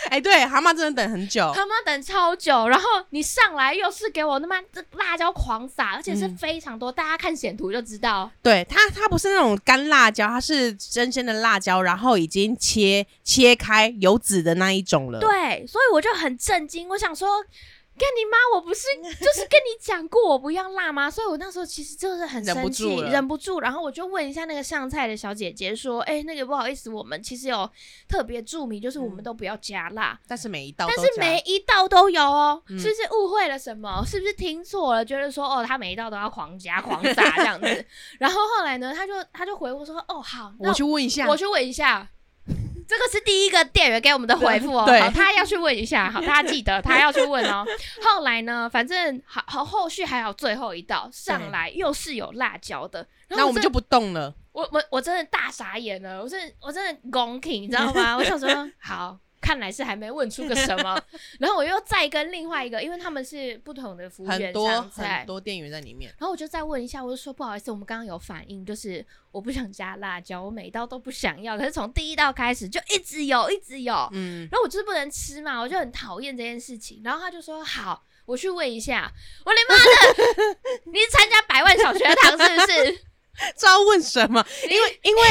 [SPEAKER 2] 哎、对，蛤蟆真的等很久。
[SPEAKER 1] 蛤蟆等超久，然后你上来又是给我他妈这辣椒狂撒，而且是
[SPEAKER 2] 嗯
[SPEAKER 1] 非常多，大家看显图就知道。
[SPEAKER 2] 对它，它不是那种干辣椒，它是真鲜的辣椒，然后已经切切开有籽的那一种了。
[SPEAKER 1] 对，所以我就很震惊，我想说。干你妈！我 不是就是跟你讲过我不要辣吗？所以我那时候其实就是很
[SPEAKER 2] 忍不
[SPEAKER 1] 生气，
[SPEAKER 2] 住了
[SPEAKER 1] 忍不住。然后我就问一下那个上菜的小姐姐说：“哎、那个不好意思，我们其实有特别注明，就是我们都不要加辣，
[SPEAKER 2] 但是每一嗯哦道都
[SPEAKER 1] 但
[SPEAKER 2] 加，
[SPEAKER 1] 是每一道都有哦，
[SPEAKER 2] 嗯
[SPEAKER 1] 是不是误会了什么？是不是听错了？觉得说哦，他每一道都要狂加狂撒这样 子。然后后来呢，他就他就回我说：哦，好，那
[SPEAKER 2] 我去问一下，
[SPEAKER 1] 我去问一下。 这个是第一个店员给我们的回复哦，
[SPEAKER 2] 对
[SPEAKER 1] 好，他要去问一下，好，大家记 得他要去问哦。后来呢，反正好好后续还有最后一道上来又是有辣椒的，然
[SPEAKER 2] 那
[SPEAKER 1] 后
[SPEAKER 2] 我们
[SPEAKER 1] 真
[SPEAKER 2] 就不动了。
[SPEAKER 1] 我我我真的大傻眼了，我真的我真的拱挺，你知道 吗？我想说好。看来是还没问出个什么，然后我又再跟另外一个，因为他们是不同的服务
[SPEAKER 2] 很
[SPEAKER 1] 员
[SPEAKER 2] 多
[SPEAKER 1] 上菜
[SPEAKER 2] 很，多店员在里面。
[SPEAKER 1] 然后我就再问一下，我就说不好意思，我们刚刚有反应，就是我不想加辣椒，我每一道都不想要，可是从第一道开始就一直有，一直有，
[SPEAKER 2] 嗯，
[SPEAKER 1] 然后我就是不能吃嘛，我就很讨厌这件事情。然后他就说好，我去问一下。我的妈的，你是参加百万小学堂是不是？
[SPEAKER 2] 知道问 什么？ 因为因为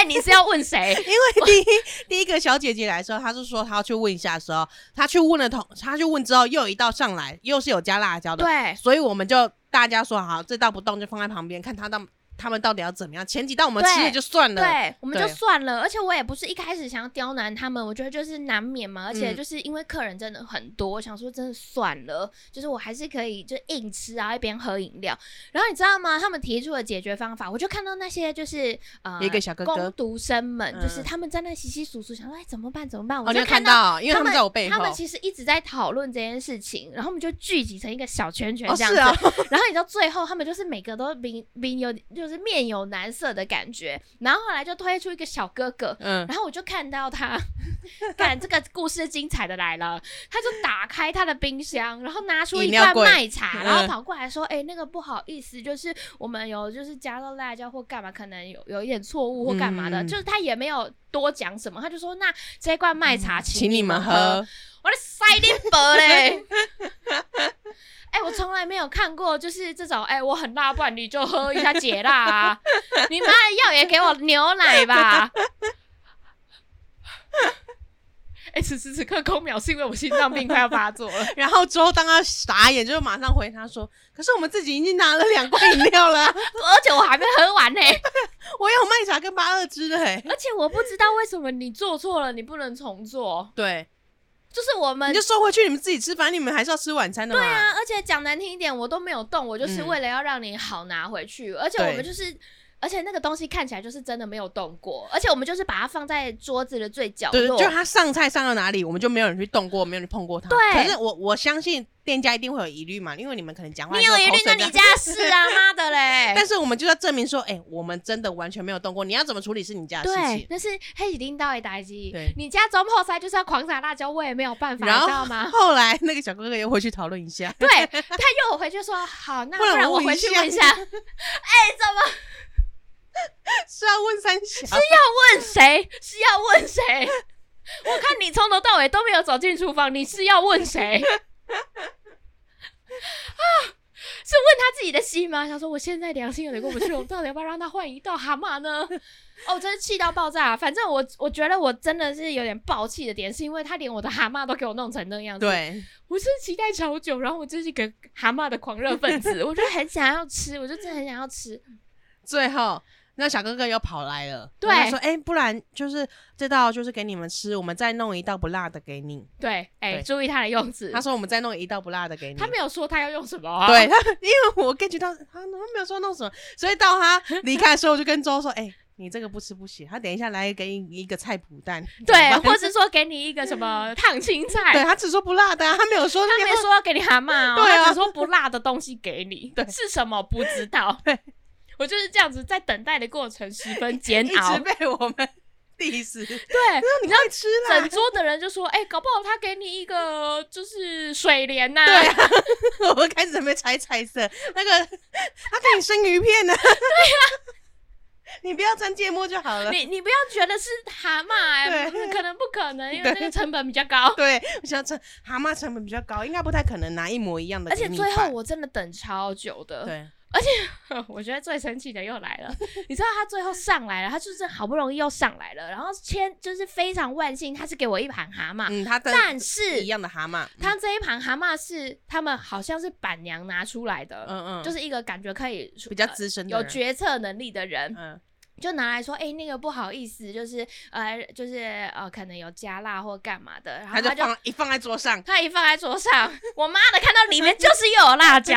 [SPEAKER 1] 哎、你是要问 谁？
[SPEAKER 2] 因为第一第一个小姐姐来的时候，她是说她要去问一下的时候，她去问了同，她去问之后又有一道上来，又是有加辣椒的，
[SPEAKER 1] 对，
[SPEAKER 2] 所以我们就大家说好，这道不动就放在旁边，看她到他们到底要怎么样。前几道我们吃
[SPEAKER 1] 对
[SPEAKER 2] 了就算了，
[SPEAKER 1] 对，我们就
[SPEAKER 2] 对
[SPEAKER 1] 算了。而且我也不是一开始想要刁难他们，我觉得就是难免嘛。而且
[SPEAKER 2] 嗯
[SPEAKER 1] 就是因为客人真的很多，我想说真的算了，就是我还是可以就硬吃啊，一边喝饮料。然后你知道吗？他们提出的解决方法，我就看到那些就是呃，
[SPEAKER 2] 有一个小哥哥
[SPEAKER 1] 工读生们，
[SPEAKER 2] 嗯
[SPEAKER 1] 就是他们在那稀稀疏疏，想说哎怎么办怎么办？
[SPEAKER 2] 哦，
[SPEAKER 1] 我
[SPEAKER 2] 你
[SPEAKER 1] 就
[SPEAKER 2] 有看
[SPEAKER 1] 到。
[SPEAKER 2] 到，因为
[SPEAKER 1] 他
[SPEAKER 2] 他们在我背
[SPEAKER 1] 他
[SPEAKER 2] 后
[SPEAKER 1] 们，其实一直在讨论这件事情，然后我们就聚集成一个小圈圈
[SPEAKER 2] 哦
[SPEAKER 1] 这样
[SPEAKER 2] 是
[SPEAKER 1] 子。
[SPEAKER 2] 啊，
[SPEAKER 1] 然后你知道最后他们就是每个都明明有就是面有难色的感觉，然后后来就推出一个小哥哥，
[SPEAKER 2] 嗯，
[SPEAKER 1] 然后我就看到他， 看这个故事精彩的来了，他就打开他的冰箱，然后拿出一
[SPEAKER 2] 饮料
[SPEAKER 1] 罐
[SPEAKER 2] 柜
[SPEAKER 1] 麦茶，
[SPEAKER 2] 嗯
[SPEAKER 1] 然后跑过来说：“哎、那个不好意思，就是我们有就是加到辣椒或干嘛，可能有有一点错误或干嘛的，
[SPEAKER 2] 嗯
[SPEAKER 1] 就是他也没有多讲什么，他就说那这罐麦茶
[SPEAKER 2] 请
[SPEAKER 1] 你
[SPEAKER 2] 你们喝。
[SPEAKER 1] 我的塞丁伯 嘞！哎、我从来没有看过，就是这种，哎、我很辣，不然你就喝一下解辣 啊！你妈的药也给我牛奶吧！哎、此时此刻空秒是因为我心脏病快要发作了。
[SPEAKER 2] 然后之后，当他傻眼，就马上回他说：“可是我们自己已经拿了两罐饮料了啊，
[SPEAKER 1] 而且我还没喝完呢、
[SPEAKER 2] 我有麦茶跟八二汁的、欸。
[SPEAKER 1] 而且我不知道为什么你做错了，你不能重做”。
[SPEAKER 2] 对，
[SPEAKER 1] 就是我们
[SPEAKER 2] 你就收回去，你们自己吃，反正你们还是要吃晚餐的嘛。
[SPEAKER 1] 呃对啊啊，而且讲难听一点，我都没有动，我就是
[SPEAKER 2] 嗯
[SPEAKER 1] 为了要让你好拿回去。而且我们就是而且那个东西看起来就是真的没有动过，而且我们就是把它放在桌子的最角
[SPEAKER 2] 对，
[SPEAKER 1] 落，
[SPEAKER 2] 就他上菜上到哪里，我们就没有人去动过，没有人碰过他。
[SPEAKER 1] 对
[SPEAKER 2] 可是我我相信店家一定会有疑虑嘛，因为你们可能讲话
[SPEAKER 1] 你
[SPEAKER 2] 的时
[SPEAKER 1] 有
[SPEAKER 2] 候
[SPEAKER 1] 疑虑
[SPEAKER 2] 口，水
[SPEAKER 1] 那
[SPEAKER 2] 比较
[SPEAKER 1] 你家事啊，妈的嘞！
[SPEAKER 2] 但是我们就要证明说，哎、我们真的完全没有动过。你要怎么处理是你家的事
[SPEAKER 1] 对
[SPEAKER 2] 情，。
[SPEAKER 1] 那是黑起叮到的打击
[SPEAKER 2] 对。
[SPEAKER 1] 你家中破塞就是要狂撒辣椒，我也没有办法，
[SPEAKER 2] 然
[SPEAKER 1] 你
[SPEAKER 2] 后？
[SPEAKER 1] 知道吗
[SPEAKER 2] 后来那个小哥哥又回去讨论一下，
[SPEAKER 1] 对他又回去说好，那
[SPEAKER 2] 不然
[SPEAKER 1] 不然我
[SPEAKER 2] 我问一
[SPEAKER 1] 回去
[SPEAKER 2] 下
[SPEAKER 1] 问一下，哎、怎么
[SPEAKER 2] 是要问三小，
[SPEAKER 1] 问谁是要问谁？ 我看你从头到尾都没有走进厨房，你是要问 谁？啊，是问他自己的心吗？他说我现在良心有点过不去，我 到底要不要让他换一道蛤蟆呢？ 哦，我真是气到爆炸。反正我我觉得我真的是有点爆气的点，是因为他连我的蛤蟆都给我弄成那样子。，
[SPEAKER 2] 对，
[SPEAKER 1] 我是期待超久，然后我就是一个蛤蟆的狂热分 子，我就很想要吃，我就真的很想要吃。
[SPEAKER 2] 最后。那小哥哥又跑来了，
[SPEAKER 1] 对
[SPEAKER 2] 他说：“哎、不然就是这道就是给你们吃，我们再弄一道不辣的给你。
[SPEAKER 1] 对，哎、
[SPEAKER 2] 对
[SPEAKER 1] 注意他的用”词
[SPEAKER 2] 他。说：“我们再弄一道不辣的给你。
[SPEAKER 1] 他”没有说他要用什么、啊，
[SPEAKER 2] 对他， 因为我感觉到他他没有说弄什么，所以到他离开的时候，我就跟周说：“哎、你这个不吃不行。”他等一下来给你一个菜脯蛋，
[SPEAKER 1] 对，
[SPEAKER 2] 怎么办
[SPEAKER 1] 或是说给你一个什 么烫青菜，
[SPEAKER 2] 对他只说不辣的、啊，他没有说
[SPEAKER 1] 他
[SPEAKER 2] 那
[SPEAKER 1] 没
[SPEAKER 2] 个
[SPEAKER 1] 说要给你蛤蟆哦，
[SPEAKER 2] 对啊
[SPEAKER 1] 他只说不辣的东西给你，
[SPEAKER 2] 对啊
[SPEAKER 1] 是什么不知道
[SPEAKER 2] 对。
[SPEAKER 1] 我就是这样子，在等待的过程十分煎
[SPEAKER 2] 一
[SPEAKER 1] 熬
[SPEAKER 2] 直。被我们 diss，说
[SPEAKER 1] 对，
[SPEAKER 2] 你快吃啦，
[SPEAKER 1] 整桌的人就说：“哎、搞不好他给你一个就是水莲呐、
[SPEAKER 2] 对啊， 我们开始准备猜菜色，那个 他给你生鱼片呢、对
[SPEAKER 1] 啊
[SPEAKER 2] 啊， 你不要沾芥末就好 了。
[SPEAKER 1] 你你不要觉得是蛤蟆、哎，
[SPEAKER 2] 对
[SPEAKER 1] 可能不可能，因为
[SPEAKER 2] 对
[SPEAKER 1] 那个成本比较 高。
[SPEAKER 2] 对，我想这蛤蟆成本比较高，应该不太可能拿一模一样的
[SPEAKER 1] 而
[SPEAKER 2] 给
[SPEAKER 1] 且
[SPEAKER 2] 你吧。
[SPEAKER 1] 最后我真的等超久的，
[SPEAKER 2] 对，
[SPEAKER 1] 我觉得最生气的又来了，你知道他最后上来了，他就是好不容易又上来了，然后签就是非常万幸，他是给我一盘蛤蟆，
[SPEAKER 2] 嗯，他的
[SPEAKER 1] 啊但
[SPEAKER 2] 一
[SPEAKER 1] 是
[SPEAKER 2] 样的蛤蟆，
[SPEAKER 1] 他这一盘蛤蟆是他们好像是板娘拿出来的，
[SPEAKER 2] 嗯嗯，
[SPEAKER 1] 就是是一个感觉可以
[SPEAKER 2] 比较
[SPEAKER 1] 呃
[SPEAKER 2] 资深的
[SPEAKER 1] 有
[SPEAKER 2] 人，
[SPEAKER 1] 决策能力的人，
[SPEAKER 2] 嗯，
[SPEAKER 1] 就拿来说，哎、那个不好意思，就是呃，就是呃，可能有加辣或干嘛的，然后他
[SPEAKER 2] 他就
[SPEAKER 1] 就
[SPEAKER 2] 放一放在桌上，
[SPEAKER 1] 他一放在桌上， 我妈的看到里面就是又有辣椒，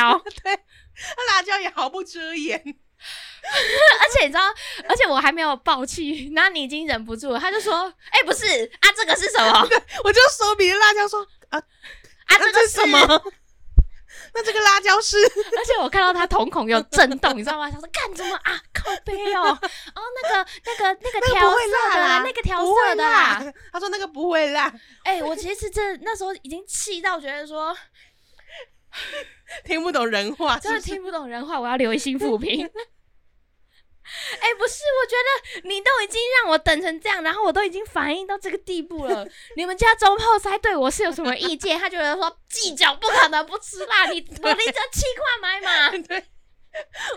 [SPEAKER 2] 他辣椒也毫不遮掩。
[SPEAKER 1] 而且你知道，而且我还没有爆气，然后你已经忍不住了，他就说：“哎、不是啊，这个是 什么？啊，
[SPEAKER 2] 我就手比着辣椒说
[SPEAKER 1] 这
[SPEAKER 2] 那
[SPEAKER 1] 个
[SPEAKER 2] 这
[SPEAKER 1] 是
[SPEAKER 2] 什么？？”那这个辣椒是
[SPEAKER 1] 而且我看到他瞳孔有震动，你知道吗？他说：“干什么啊？靠背哦，哦，那个、那个、那个
[SPEAKER 2] 那个
[SPEAKER 1] 调
[SPEAKER 2] 不会
[SPEAKER 1] 色
[SPEAKER 2] 辣
[SPEAKER 1] 的啊
[SPEAKER 2] 啦
[SPEAKER 1] 啦，那个调
[SPEAKER 2] 不会
[SPEAKER 1] 色的啊
[SPEAKER 2] 辣
[SPEAKER 1] 啦。，
[SPEAKER 2] 他说那个不会辣，”
[SPEAKER 1] 哎、我其实真的那时候已经气到觉得说，
[SPEAKER 2] 听不懂人 话，
[SPEAKER 1] 真
[SPEAKER 2] 是
[SPEAKER 1] 的
[SPEAKER 2] 不是？
[SPEAKER 1] 听不懂人话，我要留一心复评。 哎、不是，我觉得你都已经让我等成这样，然后我都已经反应到这个地步 了。你们家中后塞对我是有什么意见？他觉得说计较不可能不吃辣，你我立这气块买嘛。
[SPEAKER 2] 对，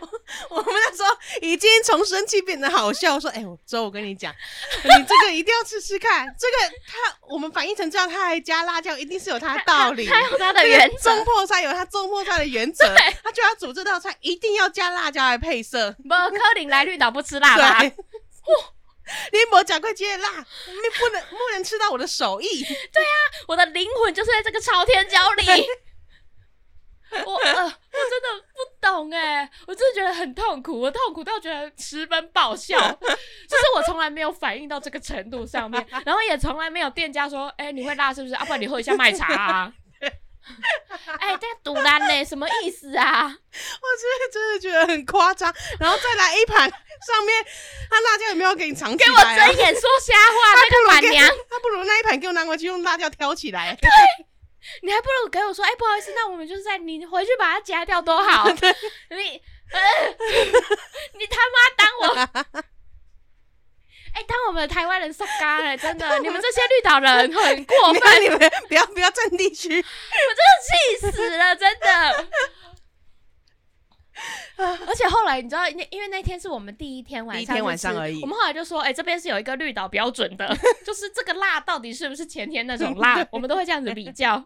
[SPEAKER 2] 我我们那时候已经从生气变得好笑，说：“哎、我周，我跟你讲， 你这个一定要吃吃看，这个他我们反应成这样，他还加辣椒，一定是有他的道理。”
[SPEAKER 1] 他有他的原则，
[SPEAKER 2] 中破菜有他中破菜的原则，他就要煮这道菜一定要加辣椒来配色。
[SPEAKER 1] 不柯林来绿岛不吃辣
[SPEAKER 2] 对，
[SPEAKER 1] 吧？
[SPEAKER 2] 哇
[SPEAKER 1] 对，
[SPEAKER 2] 你没讲过接辣，你不能不能吃到我的手艺。
[SPEAKER 1] 我的灵魂就是在这个朝天椒里。 我呃，我真的不懂哎、我真的觉得很痛苦，我痛苦到觉得十分爆笑， 就是我从来没有反应到这个程度上面，然后也从来没有店家说，哎、你会辣是不是？啊，不然你喝一下麦茶 啊。哎、这个赌烂呢，什么意思啊？
[SPEAKER 2] 我真的真的觉得很夸张，然后再来一盘，上面他辣椒有没有给你藏起
[SPEAKER 1] 给我
[SPEAKER 2] 来、啊？
[SPEAKER 1] 睁眼说瞎话，那个板
[SPEAKER 2] 他不如给
[SPEAKER 1] 娘，
[SPEAKER 2] 他不如那一盘给我拿回去用辣椒挑起 来。
[SPEAKER 1] 你还不如给我说，哎、不好意思，那我们就是在你回去把它夹掉多好。你，呃、 你他妈当我，哎、当我们台湾人受嘎了，真的，你们这些绿岛人很过分，
[SPEAKER 2] 你看你们不要不要占 地区，
[SPEAKER 1] 我真的气死 了，真的。而且后来你知道，因因为那天是我们第一天晚上
[SPEAKER 2] 第一
[SPEAKER 1] 去吃，
[SPEAKER 2] 天晚上而已
[SPEAKER 1] 我们后来就说，哎、这边是有一个绿岛标准 的，就是这个辣到底是不是前天那种辣，我们都会这样子比较。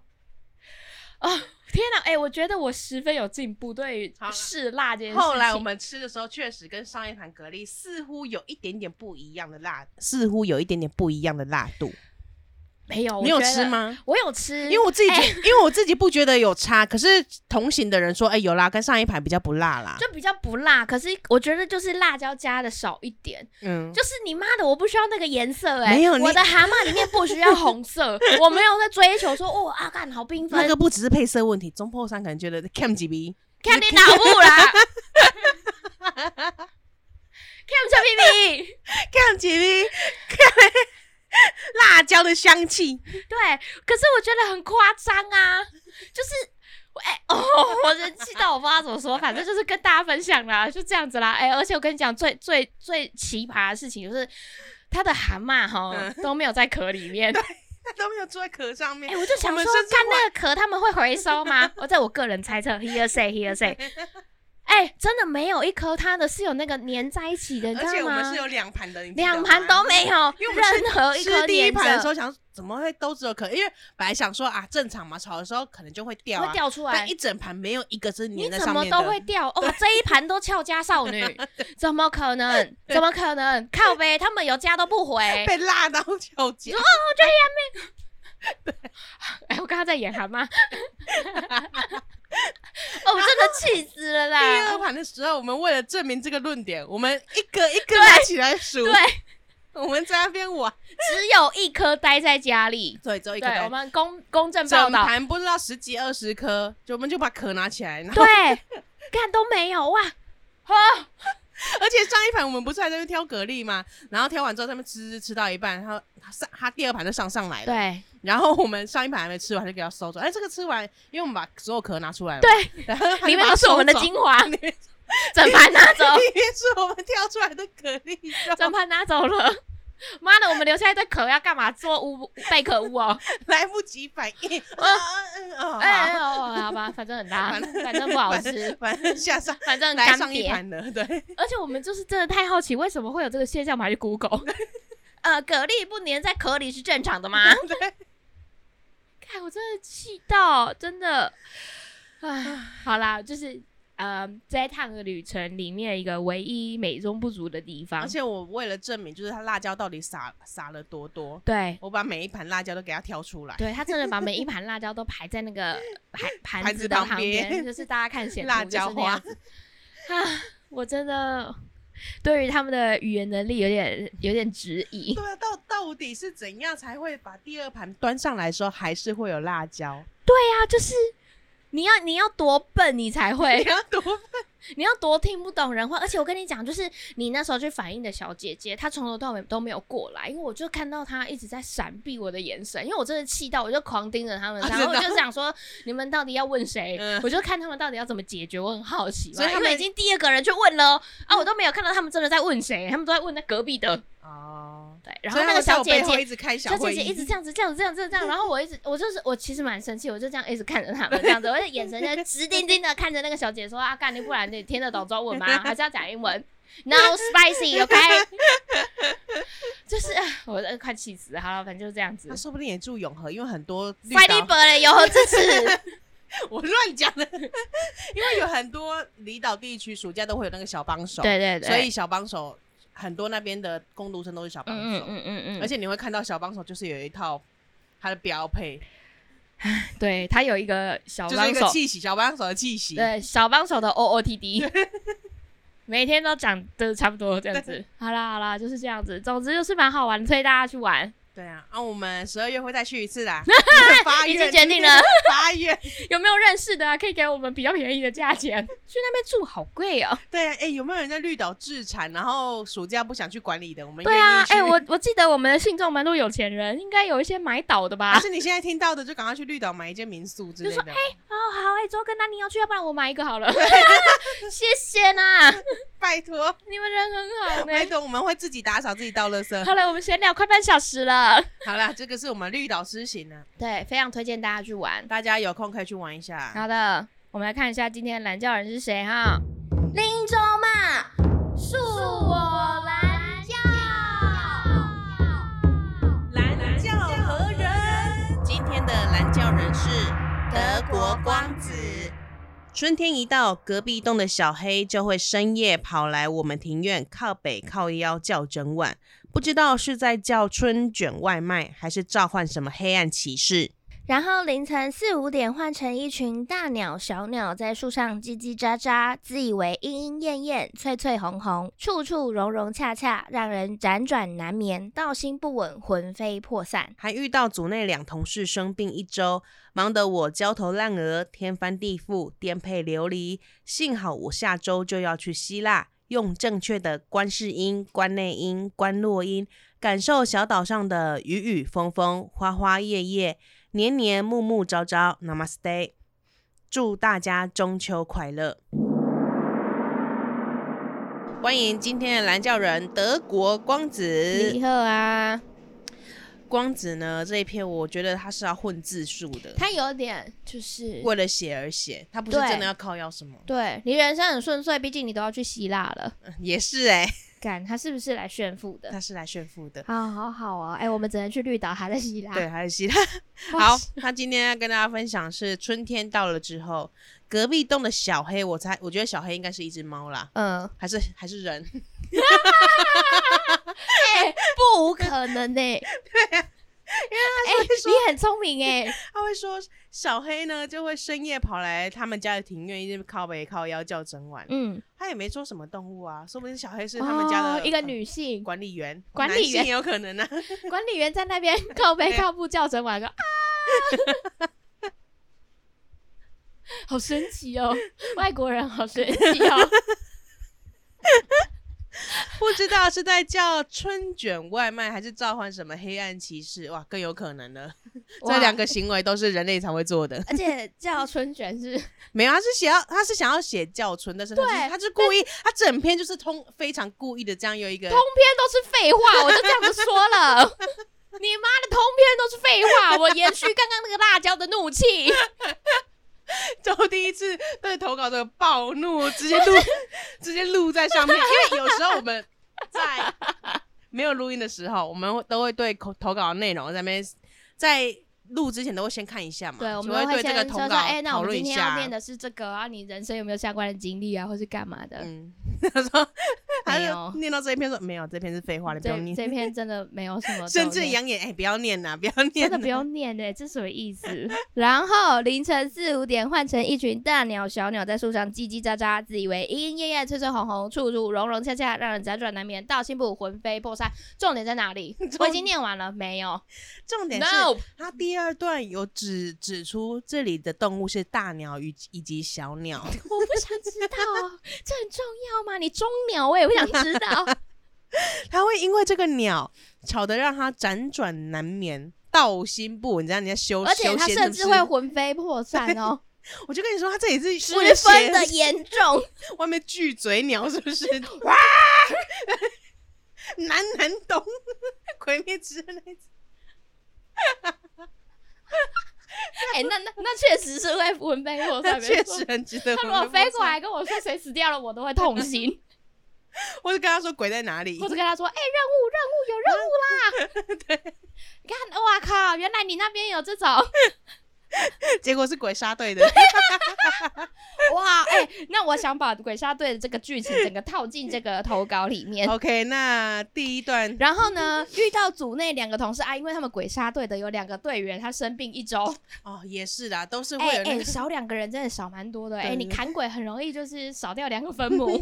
[SPEAKER 1] 哦，天哪！哎、我觉得我十分有进步，对于
[SPEAKER 2] 好啦
[SPEAKER 1] 试辣这件事情。
[SPEAKER 2] 后来我们吃的时候，确实跟上一盘蛤蜊似乎有一点点不一样的辣，似乎有一点点不一样的辣度。
[SPEAKER 1] 没有，我
[SPEAKER 2] 哦你有
[SPEAKER 1] 觉得
[SPEAKER 2] 吃？吗？
[SPEAKER 1] 我有吃，
[SPEAKER 2] 因为我自己觉，
[SPEAKER 1] 哎
[SPEAKER 2] 因为我自己不觉得有差，可是同行的人说，哎、有啦，跟上一排比较不辣啦。
[SPEAKER 1] 就比较不辣，可是我觉得就是辣椒加的少一点。
[SPEAKER 2] 嗯，
[SPEAKER 1] 就是你妈的，我不需要那个颜色哎、
[SPEAKER 2] 没有你
[SPEAKER 1] 我的蛤蟆里面不需要红 色，我没有在追求说哦啊干好缤
[SPEAKER 2] 那
[SPEAKER 1] 纷
[SPEAKER 2] 个，不只是配色问题，中破三可能觉得 cam 几逼，
[SPEAKER 1] 看你脑部啦， 看不出屁屁。
[SPEAKER 2] 看几逼， 看辣椒的香气，
[SPEAKER 1] 对，可是我觉得很夸张啊，就是。哎、 哦，我人气到我不知道怎么说，反正就是跟大家分享啦，就这样子啦。哎、而且我跟你讲，最最最奇葩的事情就是，它的蛤蟆哈、
[SPEAKER 2] 嗯
[SPEAKER 1] 都没有在壳里面。
[SPEAKER 2] 它 都没有住在壳上面
[SPEAKER 1] 哎、。我就想
[SPEAKER 2] 我
[SPEAKER 1] 说，
[SPEAKER 2] 们甚至
[SPEAKER 1] 干那个壳他们会回收吗？我在我个人猜测，here say here say，哎、真的没有一颗它的是有那个粘在一起的，你知
[SPEAKER 2] 而且
[SPEAKER 1] 道
[SPEAKER 2] 我们
[SPEAKER 1] 吗
[SPEAKER 2] 是？有两盘的，你记得吗
[SPEAKER 1] 两盘都没有，
[SPEAKER 2] 因为我们是
[SPEAKER 1] 任何一颗
[SPEAKER 2] 吃第一
[SPEAKER 1] 粘
[SPEAKER 2] 盘的时
[SPEAKER 1] 着
[SPEAKER 2] 候想说怎么会都只有壳，因为本来想说啊正常嘛，炒的时候可能就会掉
[SPEAKER 1] 会
[SPEAKER 2] 啊，
[SPEAKER 1] 掉出来
[SPEAKER 2] 但。一整盘没有一个是
[SPEAKER 1] 你
[SPEAKER 2] 粘在
[SPEAKER 1] 怎
[SPEAKER 2] 上
[SPEAKER 1] 么
[SPEAKER 2] 面的。
[SPEAKER 1] 都会掉哦！这一盘都俏家少 女，怎么可能？怎么可能？靠呗，他们有家都不回。
[SPEAKER 2] 被辣到翘脚。
[SPEAKER 1] 啊哎，我刚刚在演蛤蟆，哦，我真的气死了
[SPEAKER 2] 第二
[SPEAKER 1] 啦！
[SPEAKER 2] 盘的时候，我们为了证明这个论点，我们一个一个拿起来数
[SPEAKER 1] 对，，
[SPEAKER 2] 我们在那边玩，
[SPEAKER 1] 只有一颗待在家里。
[SPEAKER 2] 对，只有一个
[SPEAKER 1] 对，我
[SPEAKER 2] 蛋。
[SPEAKER 1] 们公公正报
[SPEAKER 2] 整
[SPEAKER 1] 道，
[SPEAKER 2] 盘不知道十几二十颗，就我们就把壳拿起来，然后
[SPEAKER 1] 对， 看都没有哇！哦，
[SPEAKER 2] 而且上一盘我们不是还在那边挑蛤蜊吗？然后挑完之后，他们吃吃吃到一半，然后他上他第二盘就上上来了，
[SPEAKER 1] 对
[SPEAKER 2] 然后我们上一盘还没吃完就给他收走，哎，这个吃完，因为我们把所有壳拿出来了，
[SPEAKER 1] 对，
[SPEAKER 2] 然后他就
[SPEAKER 1] 里面
[SPEAKER 2] 把它
[SPEAKER 1] 都是我们的
[SPEAKER 2] 收走
[SPEAKER 1] 精华，
[SPEAKER 2] 里面
[SPEAKER 1] 整盘拿 走，
[SPEAKER 2] 里面是我们挑出来的蛤蜊肉
[SPEAKER 1] 整，盘拿走了。妈的，我们留下来的壳要干嘛？做屋贝壳屋 哦。
[SPEAKER 2] 来不及反应，啊啊啊！
[SPEAKER 1] 哎、哎哦，好吧，反正很辣，
[SPEAKER 2] 反
[SPEAKER 1] 反正不好吃，
[SPEAKER 2] 反正下上
[SPEAKER 1] 反正很
[SPEAKER 2] 来
[SPEAKER 1] 干
[SPEAKER 2] 上一
[SPEAKER 1] 瘪。
[SPEAKER 2] 盘的，对，
[SPEAKER 1] 而且我们就是真的太好奇，为什么会有这个现象，我们还去 Google。呃，蛤蜊不粘在壳里是正常的吗？
[SPEAKER 2] 对，
[SPEAKER 1] 看，我真的气到，真的，唉，好啦，就是呃，这一趟的旅程里面一个唯一美中不足的地
[SPEAKER 2] 而
[SPEAKER 1] 方，
[SPEAKER 2] 且我为了证明，就是它辣椒到底撒撒了多多，
[SPEAKER 1] 对。
[SPEAKER 2] 我把每一盘辣椒都给它挑出来，
[SPEAKER 1] 对他真的把每一盘辣椒都排在那 个盘
[SPEAKER 2] 盘
[SPEAKER 1] 盘
[SPEAKER 2] 子
[SPEAKER 1] 子的
[SPEAKER 2] 旁
[SPEAKER 1] 旁
[SPEAKER 2] 边
[SPEAKER 1] 边，就是大家看 显
[SPEAKER 2] 辣椒花，
[SPEAKER 1] 啊，我真的对于他们的语言能力有点有点质疑。
[SPEAKER 2] 对啊，到到底是怎样才会把第二盘端上来的时候，还是会有辣 椒？
[SPEAKER 1] 对啊，就是你要你要多笨，你才
[SPEAKER 2] 你
[SPEAKER 1] 会，
[SPEAKER 2] 要多
[SPEAKER 1] 你要多听不懂人话。而且我跟你讲，就是你那时候去反应的小姐姐，她从头到尾都没有过来，因为我就看到她一直在闪避我的眼神，因为我真的气到，我就狂盯着他们，
[SPEAKER 2] 啊
[SPEAKER 1] 然后
[SPEAKER 2] 真
[SPEAKER 1] 我
[SPEAKER 2] 的
[SPEAKER 1] 就想说，你们到底要问谁？
[SPEAKER 2] 嗯
[SPEAKER 1] 我就看他们到底要怎么解决，我很好奇嘛。
[SPEAKER 2] 所以他
[SPEAKER 1] 因
[SPEAKER 2] 们嗯
[SPEAKER 1] 为已经第二个人去问了哦啊，我都没有看到他们真的在问谁，他们都在问那隔壁的。
[SPEAKER 2] 哦，
[SPEAKER 1] 对，然后
[SPEAKER 2] 所以
[SPEAKER 1] 那
[SPEAKER 2] 他
[SPEAKER 1] 个
[SPEAKER 2] 们在
[SPEAKER 1] 小
[SPEAKER 2] 我
[SPEAKER 1] 姐
[SPEAKER 2] 背
[SPEAKER 1] 姐
[SPEAKER 2] 后一直开
[SPEAKER 1] 小
[SPEAKER 2] 小
[SPEAKER 1] 姐
[SPEAKER 2] 会
[SPEAKER 1] 姐一直
[SPEAKER 2] 议，
[SPEAKER 1] 这样子，这样子，这样子，这样，然后我一直，我就是，我其实蛮生气，我就这样一直看着他们，这样子，我的眼神就直盯盯的看着那个小姐说啊，干你不然你听得懂中 文吗？还是要讲英文？No spicy，OK？、就是啊我都快气死了，好了，反正就是这样子
[SPEAKER 2] 他。说不定也住永和，因为很多绿
[SPEAKER 1] 快
[SPEAKER 2] 岛
[SPEAKER 1] 递本人有何支持？
[SPEAKER 2] 我乱讲的， 因为有很多离岛地区暑假都会有那个小帮手，
[SPEAKER 1] 对对对，
[SPEAKER 2] 所以小帮手很多那边的工读生都是小帮手，
[SPEAKER 1] 嗯嗯嗯嗯嗯，
[SPEAKER 2] 而且你会看到小帮手就是有一套他的标配，
[SPEAKER 1] 对他有一个小
[SPEAKER 2] 就是
[SPEAKER 1] 帮
[SPEAKER 2] 一个
[SPEAKER 1] 手，
[SPEAKER 2] 气息，小帮手的气息。
[SPEAKER 1] 对小帮手的 OOTD，每天都长得差不多这样子。好啦好啦，就是这样子，总之就是蛮好玩的，推大家去玩。
[SPEAKER 2] 对啊，啊，我们十二月会再去一 次啦，八
[SPEAKER 1] 已
[SPEAKER 2] 月
[SPEAKER 1] 经决定 了，
[SPEAKER 2] 八月。
[SPEAKER 1] 有没有认识的啊？可以给我们比较便宜的价钱。 去那边住好贵哦。
[SPEAKER 2] 对啊，哎、有没有人在绿岛自产，然后暑假不想去管理的？我 们
[SPEAKER 1] 对啊
[SPEAKER 2] 愿意，去
[SPEAKER 1] 哎、我我记得我们的信众蛮多有钱人，应该有一些买岛的吧？
[SPEAKER 2] 还是你现在听到的，就赶快去绿岛买一间民宿之类
[SPEAKER 1] 啊就
[SPEAKER 2] 的。
[SPEAKER 1] 哦，好哎、周跟丹妮要去，要不然我买一个好了。 谢谢啦，
[SPEAKER 2] 拜托，
[SPEAKER 1] 你们人很好呢、
[SPEAKER 2] 拜托，我们会自己打扫，自己倒 垃圾。
[SPEAKER 1] 好了，我们闲聊快半小时了。
[SPEAKER 2] 好啦，这个是我们绿岛之行啊，
[SPEAKER 1] 对，非常推荐大家去玩。
[SPEAKER 2] 大家有空可以去玩一下。
[SPEAKER 1] 好的，我们来看一下今天的蓝教人是谁哈。林州嘛，恕我蓝教。
[SPEAKER 2] 蓝教何人？今天的蓝教人是德国光子。春天一到，隔壁栋的小黑就会深夜跑来我们庭院靠北靠腰叫整晚，不知道是在叫春卷外卖，还是召唤什么黑暗骑士。
[SPEAKER 1] 然后凌晨四五点换成一群大鸟、小鸟在树上叽叽喳喳，自以为莺莺燕燕、翠翠红红，处处融融洽洽，让人辗转难眠，道心不稳，魂飞魄散。
[SPEAKER 2] 还遇到组内两同事生病一周，忙得我焦头烂额，天翻地覆，颠沛流离。幸好我下周就要去希腊，用正确的观世音、观内音、观落音，感受小岛上的雨雨风风、花花叶叶、年年暮暮朝朝。Namaste，祝大家中秋快乐！欢迎今天的蓝教人德国光子，
[SPEAKER 1] 你好啊，
[SPEAKER 2] 光子呢这一篇，我觉得他是要混字数的，
[SPEAKER 1] 他有点就是
[SPEAKER 2] 为了写而写，他不是
[SPEAKER 1] 对
[SPEAKER 2] 真的要靠要什么，
[SPEAKER 1] 对你人生很顺遂，毕竟你都要去希腊了。
[SPEAKER 2] 嗯也是 哎、
[SPEAKER 1] 干，他是不是来炫富的？
[SPEAKER 2] 他是来炫富的，
[SPEAKER 1] 好好好啊！哎、我们只能去绿岛，还在希腊。
[SPEAKER 2] 对，，还是希 腊。好，他今天要跟大家分享是春天到了之后，隔壁栋的小黑，我猜，我觉得小黑应该是一只猫啦，
[SPEAKER 1] 嗯，
[SPEAKER 2] 还是还是人，
[SPEAKER 1] 不无可能呢、对、
[SPEAKER 2] 啊
[SPEAKER 1] 因为他
[SPEAKER 2] 说
[SPEAKER 1] 你很聪明哎、
[SPEAKER 2] 他会说小黑呢就会深夜跑来他们家的庭院，一直靠北靠腰叫整晚，
[SPEAKER 1] 嗯，
[SPEAKER 2] 他也没说什么动物啊，说不定小黑是他们家的、
[SPEAKER 1] 哦一个
[SPEAKER 2] 呃
[SPEAKER 1] 女性
[SPEAKER 2] 管理员，
[SPEAKER 1] 管理
[SPEAKER 2] 男性
[SPEAKER 1] 员
[SPEAKER 2] 也有可能啊。
[SPEAKER 1] 管理员在那 边靠背靠步叫整晚说啊，啊 好神奇哦，外国人好神奇哦，
[SPEAKER 2] 不知道是在叫春卷外卖，还是召唤什么黑暗骑士？哇，更有可能了。
[SPEAKER 1] 哇
[SPEAKER 2] 这两个行为都是人类才会做的。
[SPEAKER 1] 而且叫春卷是
[SPEAKER 2] 没有，他是想要，他是想要写叫春，但是他
[SPEAKER 1] 对
[SPEAKER 2] 是他是故意，他整篇就是通非常故意的这样有一个
[SPEAKER 1] 通。篇都是废话，我就这样子说了。 你妈的，通篇都是废话！我延续刚刚那个辣椒的怒气，
[SPEAKER 2] 就第一次对投稿的暴怒，直接录，直接录在上面。因为有时候我们在没有录音的时候，我们会都会对投投稿的内容在那边在录之前都会先看一下 嘛，
[SPEAKER 1] 对，我
[SPEAKER 2] 就
[SPEAKER 1] 们都
[SPEAKER 2] 会对这
[SPEAKER 1] 先
[SPEAKER 2] 个
[SPEAKER 1] 说
[SPEAKER 2] 投
[SPEAKER 1] 说，
[SPEAKER 2] 稿
[SPEAKER 1] 哎、那
[SPEAKER 2] 讨
[SPEAKER 1] 我们
[SPEAKER 2] 论
[SPEAKER 1] 今
[SPEAKER 2] 一
[SPEAKER 1] 天要
[SPEAKER 2] 下。
[SPEAKER 1] 念的是这个啊，你人生有没有相关的经历啊，或是干嘛的？
[SPEAKER 2] 嗯， 他说，他
[SPEAKER 1] 没有
[SPEAKER 2] 就念到这一篇说没有，这篇是废话，你不用
[SPEAKER 1] 这这
[SPEAKER 2] 念。
[SPEAKER 1] 篇真的没有什 么重点，
[SPEAKER 2] 甚至扬言，哎、不要念呐、不要
[SPEAKER 1] 真
[SPEAKER 2] 念、
[SPEAKER 1] 的不。用念嘞、这什么意思？ 然后凌晨四五点换成一群大鸟小鸟在树上叽叽喳喳，自以为莺莺燕燕、翠翠红红、处处融融洽洽，让人辗转难眠，道心不魂飞魄散。重点在哪 里？我已经念完了，没有
[SPEAKER 2] 重点是，
[SPEAKER 1] ？No，
[SPEAKER 2] 他第二段有指指出这里的动物是大鸟与以及小 鸟，
[SPEAKER 1] 我不想知道， 这很重要吗？你中鸟我也不想知 道。
[SPEAKER 2] 他会因为这个鸟吵得让他辗转难眠。道心不稳，你知道人家修
[SPEAKER 1] 而且
[SPEAKER 2] 修
[SPEAKER 1] 他
[SPEAKER 2] 仙
[SPEAKER 1] 甚
[SPEAKER 2] 是
[SPEAKER 1] 至
[SPEAKER 2] 不
[SPEAKER 1] 会
[SPEAKER 2] 是？
[SPEAKER 1] 魂飞魄散哦，
[SPEAKER 2] 我就跟你说，他这里 是
[SPEAKER 1] 十
[SPEAKER 2] 为了
[SPEAKER 1] 分的
[SPEAKER 2] 写
[SPEAKER 1] 严重。
[SPEAKER 2] 外面巨嘴鸟，是不 是？哇！ 南南东， 鬼灭之刃那一
[SPEAKER 1] 哎、那那那确实是会魂飞魄
[SPEAKER 2] 那
[SPEAKER 1] 散，
[SPEAKER 2] 确
[SPEAKER 1] 没错
[SPEAKER 2] 实很值得。
[SPEAKER 1] 他如果飞过，来跟我说谁死掉了，我都会痛 心。
[SPEAKER 2] 我就跟他说鬼在哪里
[SPEAKER 1] 或。者跟他说：“哎、任务，任务有任务啦！”对，你看，哇靠，原来你那边有这种
[SPEAKER 2] 结果是鬼杀队的，
[SPEAKER 1] 哇！哎、那我想把鬼杀队的这个剧情整个套进这个投稿里面。
[SPEAKER 2] OK，那第一段
[SPEAKER 1] 然后呢， 遇到组内两个同事啊，因为他们鬼杀队的有两个队员他生病一周，
[SPEAKER 2] 哦也是啦，都是
[SPEAKER 1] 哎
[SPEAKER 2] 会
[SPEAKER 1] 哎、
[SPEAKER 2] 有那个
[SPEAKER 1] 少两个人真的少蛮多的。哎、
[SPEAKER 2] 对
[SPEAKER 1] 你
[SPEAKER 2] 对
[SPEAKER 1] 砍鬼很容易就是少掉两个分 母，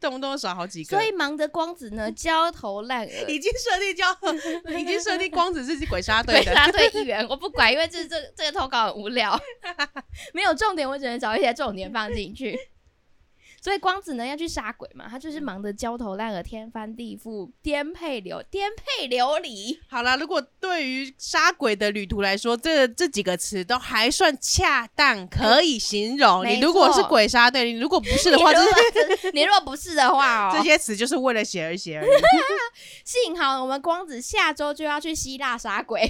[SPEAKER 2] 动不动少好几个
[SPEAKER 1] 所，以忙得光子 呢焦头烂额。
[SPEAKER 2] 已经设定叫已经设定光子是鬼杀队
[SPEAKER 1] 鬼
[SPEAKER 2] 的，
[SPEAKER 1] 杀队一员，我不管，因为这这这个投稿很无 聊，没有重点，我只能找一些重点放进 去。所以光子呢要去杀鬼嘛，他
[SPEAKER 2] 嗯
[SPEAKER 1] 就是忙得焦头烂额、天翻地覆、颠沛流颠沛流 离。
[SPEAKER 2] 好啦，如果对于杀鬼的旅途来说，这这几个词都还算恰当，可以形容。
[SPEAKER 1] 没
[SPEAKER 2] 你如果
[SPEAKER 1] 错
[SPEAKER 2] 是鬼杀队，你如果不是的
[SPEAKER 1] 你
[SPEAKER 2] 话，这
[SPEAKER 1] 若不你若不是的话
[SPEAKER 2] 这
[SPEAKER 1] 哦，
[SPEAKER 2] 些词就是为了写而写而已。
[SPEAKER 1] 幸好我们光子下周就要去希腊杀鬼，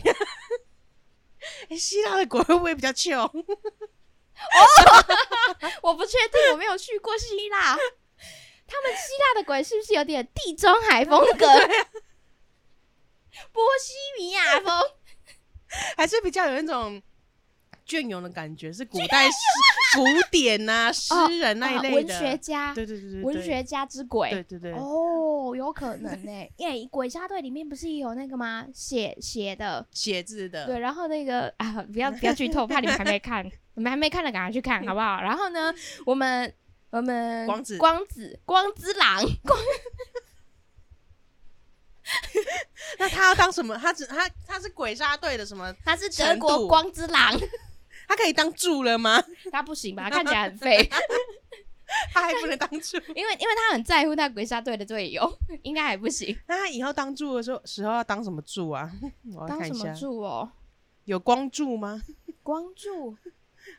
[SPEAKER 2] 哎希腊的鬼会不会比较穷？
[SPEAKER 1] 我不确 定，我没有去过希腊。他们希腊的鬼是不是有点地中海风 格？啊波西米亚风？
[SPEAKER 2] 还是比较有那种隽永的感觉，是古代诗、古典呐、诗
[SPEAKER 1] 哦
[SPEAKER 2] 人 那一
[SPEAKER 1] 啊
[SPEAKER 2] 类
[SPEAKER 1] 文
[SPEAKER 2] 的。
[SPEAKER 1] 学家，
[SPEAKER 2] 对对对对，
[SPEAKER 1] 文
[SPEAKER 2] 对
[SPEAKER 1] 学家之鬼，
[SPEAKER 2] 对对对，
[SPEAKER 1] 哦，有可能呢、 因为《鬼杀队》里面不是也有那个吗？写写的，
[SPEAKER 2] 写字的，
[SPEAKER 1] 对，然后那个啊，不 要不要剧透，怕你们还没看，你们还没看的赶快去看，好不好？然后呢，我们我们
[SPEAKER 2] 光子
[SPEAKER 1] 光子光之狼，
[SPEAKER 2] 那他要当什么？他只他他是鬼杀队的什么？
[SPEAKER 1] 他是德
[SPEAKER 2] 程
[SPEAKER 1] 国
[SPEAKER 2] 度
[SPEAKER 1] 光之狼，
[SPEAKER 2] 他可以当助了吗？
[SPEAKER 1] 他不行吧？看起来很 废，
[SPEAKER 2] 他还不能当 助。
[SPEAKER 1] 因为因为他很在乎那鬼杀队的队友，应该还不行。
[SPEAKER 2] 那他以后当助的时候时候要当什么助啊？ 我要
[SPEAKER 1] 当
[SPEAKER 2] 看
[SPEAKER 1] 什
[SPEAKER 2] 一
[SPEAKER 1] 么
[SPEAKER 2] 下，
[SPEAKER 1] 柱哦？
[SPEAKER 2] 有光柱吗？
[SPEAKER 1] 光柱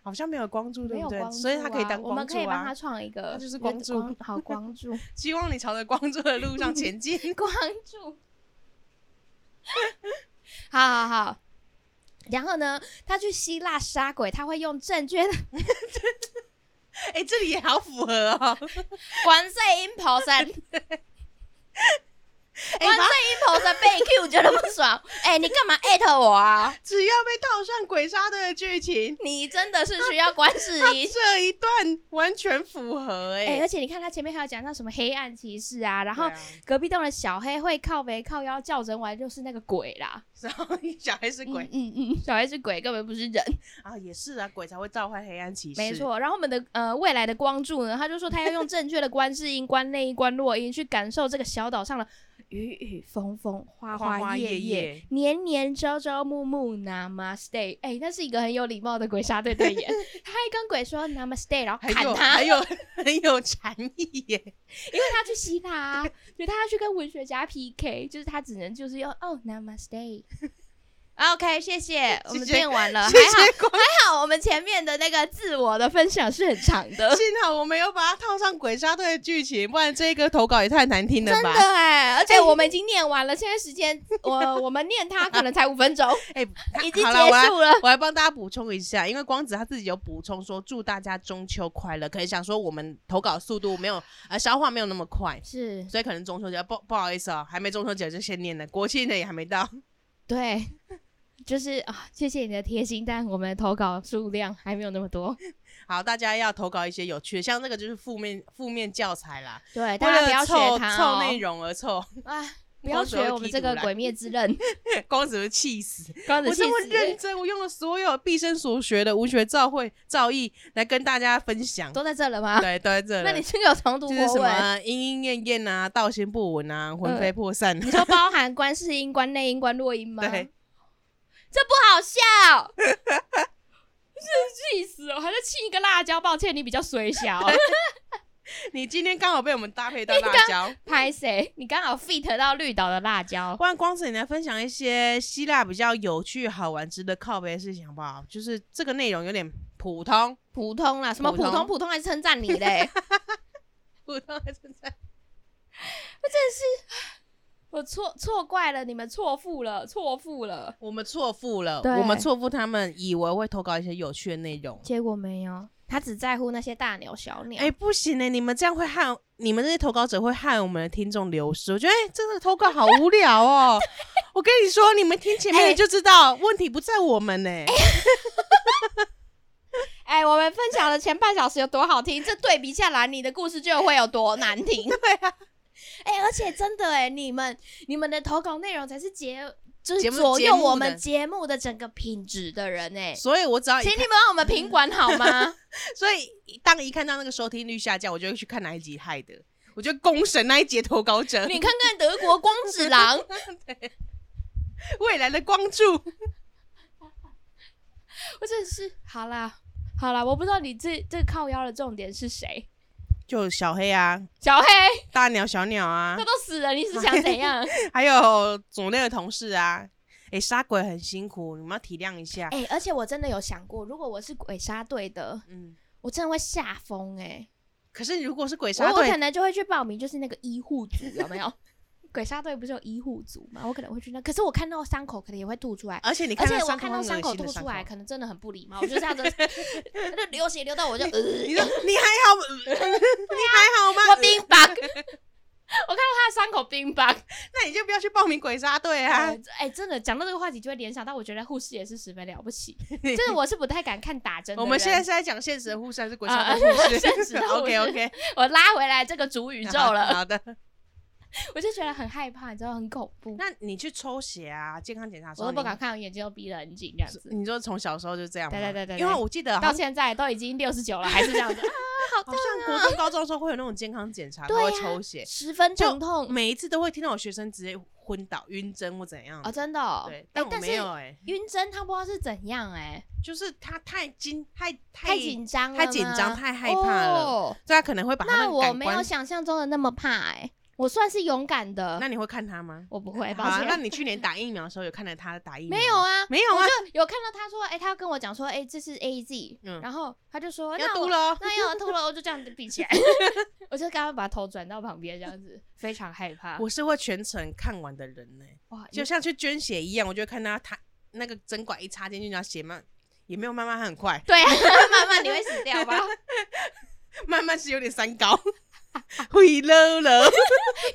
[SPEAKER 2] 好像没有光柱，
[SPEAKER 1] 没
[SPEAKER 2] 对
[SPEAKER 1] 有
[SPEAKER 2] 不对
[SPEAKER 1] 光、？柱
[SPEAKER 2] 所以他可以
[SPEAKER 1] 啊
[SPEAKER 2] 当
[SPEAKER 1] 我们
[SPEAKER 2] 光
[SPEAKER 1] 可以
[SPEAKER 2] 柱
[SPEAKER 1] 帮
[SPEAKER 2] 啊
[SPEAKER 1] 他。创一个，
[SPEAKER 2] 他就是光柱
[SPEAKER 1] 好光柱，
[SPEAKER 2] 希望你朝着光柱的路上前进。
[SPEAKER 1] 光柱。 好好好。然后呢，他去希腊杀鬼，他会用正确的
[SPEAKER 2] 哎、这里也好符合 哦。
[SPEAKER 1] 关税音跑 神，
[SPEAKER 2] 哎、
[SPEAKER 1] 关
[SPEAKER 2] 他
[SPEAKER 1] 税音跑神被 Q 觉得不爽。哎、你干嘛艾特我啊？
[SPEAKER 2] 只要被套上鬼杀队的剧情，
[SPEAKER 1] 你真的是需要关世
[SPEAKER 2] 他
[SPEAKER 1] 音。
[SPEAKER 2] 这一段完全符合哎、
[SPEAKER 1] 哎、而且你看他前面还有讲到什么黑暗骑士啊，然后
[SPEAKER 2] 对啊
[SPEAKER 1] 隔壁栋的小黑会靠北靠腰叫人玩，就是那个鬼啦。
[SPEAKER 2] 然后小孩是鬼、
[SPEAKER 1] 嗯嗯嗯，小黑是鬼，根本不是人。
[SPEAKER 2] 啊，也是啊，鬼才会召唤黑暗骑士。
[SPEAKER 1] 没，错，然后我们的呃未来的光柱呢，他就说他要用正确的观世音、观内音、观落音去感受这个小岛上的雨雨风风、花
[SPEAKER 2] 花花
[SPEAKER 1] 叶
[SPEAKER 2] 叶
[SPEAKER 1] 叶、
[SPEAKER 2] 叶
[SPEAKER 1] 年年朝朝暮暮 Namaste。哎，那是一个很有礼貌的鬼杀队队 员，他还跟鬼说 Namaste，然后
[SPEAKER 2] 还
[SPEAKER 1] 砍
[SPEAKER 2] 有
[SPEAKER 1] 他
[SPEAKER 2] 还，有 很有禅意耶。
[SPEAKER 1] 因为他去希腊啊，就他要去跟文学家 PK，就是他只能就是用哦 Namaste。OK，谢谢，我们
[SPEAKER 2] 谢谢
[SPEAKER 1] 变完了，
[SPEAKER 2] 谢
[SPEAKER 1] 还好
[SPEAKER 2] 谢光，
[SPEAKER 1] 还好，我们前面的那个自我的分享是很长的。
[SPEAKER 2] 幸啊好我没有把它套上鬼杀队的剧情，不然这个投稿也太难听了
[SPEAKER 1] 真的
[SPEAKER 2] 吧？
[SPEAKER 1] 哎、而且我们已经念完了，现在时间我我们念它可能才五分钟，
[SPEAKER 2] 哎、
[SPEAKER 1] 已经
[SPEAKER 2] 好了我
[SPEAKER 1] 结
[SPEAKER 2] 来
[SPEAKER 1] 束了。
[SPEAKER 2] 我来帮大家补充一下，因为光子他自己有补充说祝大家中秋快乐，可能想说我们投稿速度没有呃消化没有那么快，
[SPEAKER 1] 是
[SPEAKER 2] 所以可能中秋节不不好意思啊、还没中秋节就先念了，国庆的也还没到。
[SPEAKER 1] 对，就是啊，谢谢你的贴心，但我们的投稿数量还没有那么多。
[SPEAKER 2] 好，大家要投稿一些有趣的，像这个就是负面负面教材啦，
[SPEAKER 1] 对，
[SPEAKER 2] 为
[SPEAKER 1] 哎大家不要
[SPEAKER 2] 了凑
[SPEAKER 1] 学它
[SPEAKER 2] 凑
[SPEAKER 1] 哦，
[SPEAKER 2] 内容而凑，
[SPEAKER 1] 哎，不要学我们这个《鬼灭之刃》
[SPEAKER 2] 光子会气死。
[SPEAKER 1] 光子
[SPEAKER 2] 我
[SPEAKER 1] 气
[SPEAKER 2] 这么认
[SPEAKER 1] 死
[SPEAKER 2] 真，我用了所有毕生所学的文学造会造诣来跟大家分享，
[SPEAKER 1] 都在这了吗？
[SPEAKER 2] 对，都在这
[SPEAKER 1] 那你
[SPEAKER 2] 了。
[SPEAKER 1] 是不是有重读
[SPEAKER 2] 就是
[SPEAKER 1] 国
[SPEAKER 2] 什
[SPEAKER 1] 文？
[SPEAKER 2] 么莺莺燕燕啊，道心不稳啊，魂飞魄散、
[SPEAKER 1] 嗯你说包含观世音、观内音、观落音 吗？
[SPEAKER 2] 对，
[SPEAKER 1] 这不好 笑，真是气死我！还在气一个辣椒，抱歉，你比较水小。
[SPEAKER 2] 你今天刚好被我们搭配到辣椒，
[SPEAKER 1] 拍谁？你刚好 fit 到绿岛的辣椒
[SPEAKER 2] 不然光子你来分享一些希腊比较有趣、好玩、值得靠背的事情好不好？就是这个内容有点普通，
[SPEAKER 1] 普通啦，什么普
[SPEAKER 2] 普通
[SPEAKER 1] 通普通还称赞你嘞？
[SPEAKER 2] 普通还存在。
[SPEAKER 1] 我错错怪了，你们错付了，错付了，
[SPEAKER 2] 我们错付了，
[SPEAKER 1] 对
[SPEAKER 2] 我们错付他们以为会投稿一些有趣的内容。
[SPEAKER 1] 结果没有，他只在乎那些大鸟小鸟。
[SPEAKER 2] 哎、不行呢、你们这样会害你们这些投稿者会害我们的听众流失。我觉得，哎、真的投稿好无聊哦。我跟你说，你们听前面
[SPEAKER 1] 哎
[SPEAKER 2] 的就知道，问题不在我们呢、
[SPEAKER 1] 哎、我们分享的前半小时有多好听，这对比下来，你的故事就会有多难听。 对啊，哎、而且真的哎、你们你们的投稿内容才是节，就是
[SPEAKER 2] 节目
[SPEAKER 1] 左右
[SPEAKER 2] 节目的
[SPEAKER 1] 我们节目的整个品质的人哎、
[SPEAKER 2] 所以我只要一
[SPEAKER 1] 请你
[SPEAKER 2] 看，
[SPEAKER 1] 们帮我们品管好 吗？
[SPEAKER 2] 所以当一看到那个收听率下降，我就会去看哪一集害的。我就攻神那一节投稿者，
[SPEAKER 1] 你看看德国光子狼，
[SPEAKER 2] 未来的光柱。
[SPEAKER 1] 我真的是好啦，好啦，我不知道你这这靠腰的重点是谁，
[SPEAKER 2] 就小黑啊，
[SPEAKER 1] 小黑，
[SPEAKER 2] 大鸟、小鸟 啊
[SPEAKER 1] 他，都死了，你是想怎 样？
[SPEAKER 2] 还有组内的同事啊。哎、杀鬼很辛苦，你们要体谅一下。
[SPEAKER 1] 哎、而且我真的有想过，如果我是鬼杀队的，
[SPEAKER 2] 嗯，
[SPEAKER 1] 我真的会吓疯哎，
[SPEAKER 2] 可是如果是鬼
[SPEAKER 1] 我
[SPEAKER 2] 杀
[SPEAKER 1] 我
[SPEAKER 2] 队
[SPEAKER 1] 可，能就会去报名，就是那个医护组有没有？ 鬼杀队不是有医护组吗？我可能会去那，可是我看到伤口可能也会吐出来。
[SPEAKER 2] 而且你
[SPEAKER 1] 而
[SPEAKER 2] 看
[SPEAKER 1] 且
[SPEAKER 2] 到
[SPEAKER 1] 我
[SPEAKER 2] 伤
[SPEAKER 1] 看到伤口
[SPEAKER 2] 口
[SPEAKER 1] 吐
[SPEAKER 2] 很恶
[SPEAKER 1] 出
[SPEAKER 2] 心的伤
[SPEAKER 1] 来， 可能真的很不礼貌，我就这 样子，就流 血流到我就，呃
[SPEAKER 2] 你说你还好吗？你还好吗？
[SPEAKER 1] 我冰棒，我看到他的伤口冰 棒。
[SPEAKER 2] 那你就不要去报名鬼杀队啊
[SPEAKER 1] 哎、！哎真的讲到这个话题，就会联想到，我觉得护士也是十分了不 起。就是我是不太敢看打针的人。
[SPEAKER 2] 我们现在是在讲现实的护士还是鬼
[SPEAKER 1] 啊
[SPEAKER 2] 杀
[SPEAKER 1] 啊
[SPEAKER 2] 队护 士？
[SPEAKER 1] 现实 的护士
[SPEAKER 2] OK OK，
[SPEAKER 1] 我拉回来这个主 宇宙 了，
[SPEAKER 2] 好的，
[SPEAKER 1] 我就觉得很害怕，你知道，很恐怖。
[SPEAKER 2] 那你去抽血啊，健康检查的时
[SPEAKER 1] 我
[SPEAKER 2] 候，
[SPEAKER 1] 都不
[SPEAKER 2] 你
[SPEAKER 1] 敢看，我眼睛都闭得很紧这样子。
[SPEAKER 2] 你说从小时候就这样吗？
[SPEAKER 1] 对对对对对
[SPEAKER 2] 因为我记得
[SPEAKER 1] 到
[SPEAKER 2] 好像
[SPEAKER 1] 现在都已经六十九了，还是这样子，
[SPEAKER 2] 好像国中、高中的时候会有那种健康检查，
[SPEAKER 1] 啊对
[SPEAKER 2] 都
[SPEAKER 1] 啊
[SPEAKER 2] 会抽 血，
[SPEAKER 1] 十分
[SPEAKER 2] 就
[SPEAKER 1] 疼痛
[SPEAKER 2] 每一次都会听到有学生直接昏倒、晕针或怎样
[SPEAKER 1] 哦，。真的、哦。
[SPEAKER 2] 对
[SPEAKER 1] 哎，
[SPEAKER 2] 但我
[SPEAKER 1] 但
[SPEAKER 2] 没有
[SPEAKER 1] 是
[SPEAKER 2] 哎，
[SPEAKER 1] 晕针他不知道是怎样哎、
[SPEAKER 2] 就是他太紧、太
[SPEAKER 1] 太紧张了吗，
[SPEAKER 2] 太紧张太害怕了
[SPEAKER 1] 哦
[SPEAKER 2] 这他可能会把他
[SPEAKER 1] 那
[SPEAKER 2] 的
[SPEAKER 1] 我
[SPEAKER 2] 感
[SPEAKER 1] 没有
[SPEAKER 2] 官。
[SPEAKER 1] 想象中的那么怕哎、我算是勇敢的。
[SPEAKER 2] 那你会看他吗？
[SPEAKER 1] 我不 会，抱
[SPEAKER 2] 好啊，
[SPEAKER 1] 歉。
[SPEAKER 2] 那你去年打疫苗的时候有看到他打疫苗？
[SPEAKER 1] 没有，啊，
[SPEAKER 2] 没有啊
[SPEAKER 1] 我就有看到他说，哎、他要跟我讲说，哎、这是 A Z，、
[SPEAKER 2] 嗯
[SPEAKER 1] 然后他就说
[SPEAKER 2] 要
[SPEAKER 1] 那
[SPEAKER 2] 嘟
[SPEAKER 1] 我
[SPEAKER 2] 了哦。
[SPEAKER 1] 那要吐了，我就这样子闭起 来，我就刚刚把头转到旁边这样子，非常害怕。
[SPEAKER 2] 我是会全程看完的人呢，
[SPEAKER 1] 哇，
[SPEAKER 2] 就
[SPEAKER 1] 就
[SPEAKER 2] 像去捐血一样，我就会看他他那个针管一插进去，然后血慢也没有慢慢，他很快，
[SPEAKER 1] 对啊， 慢慢你会死掉吧？
[SPEAKER 2] 慢慢是有点三高，会了了，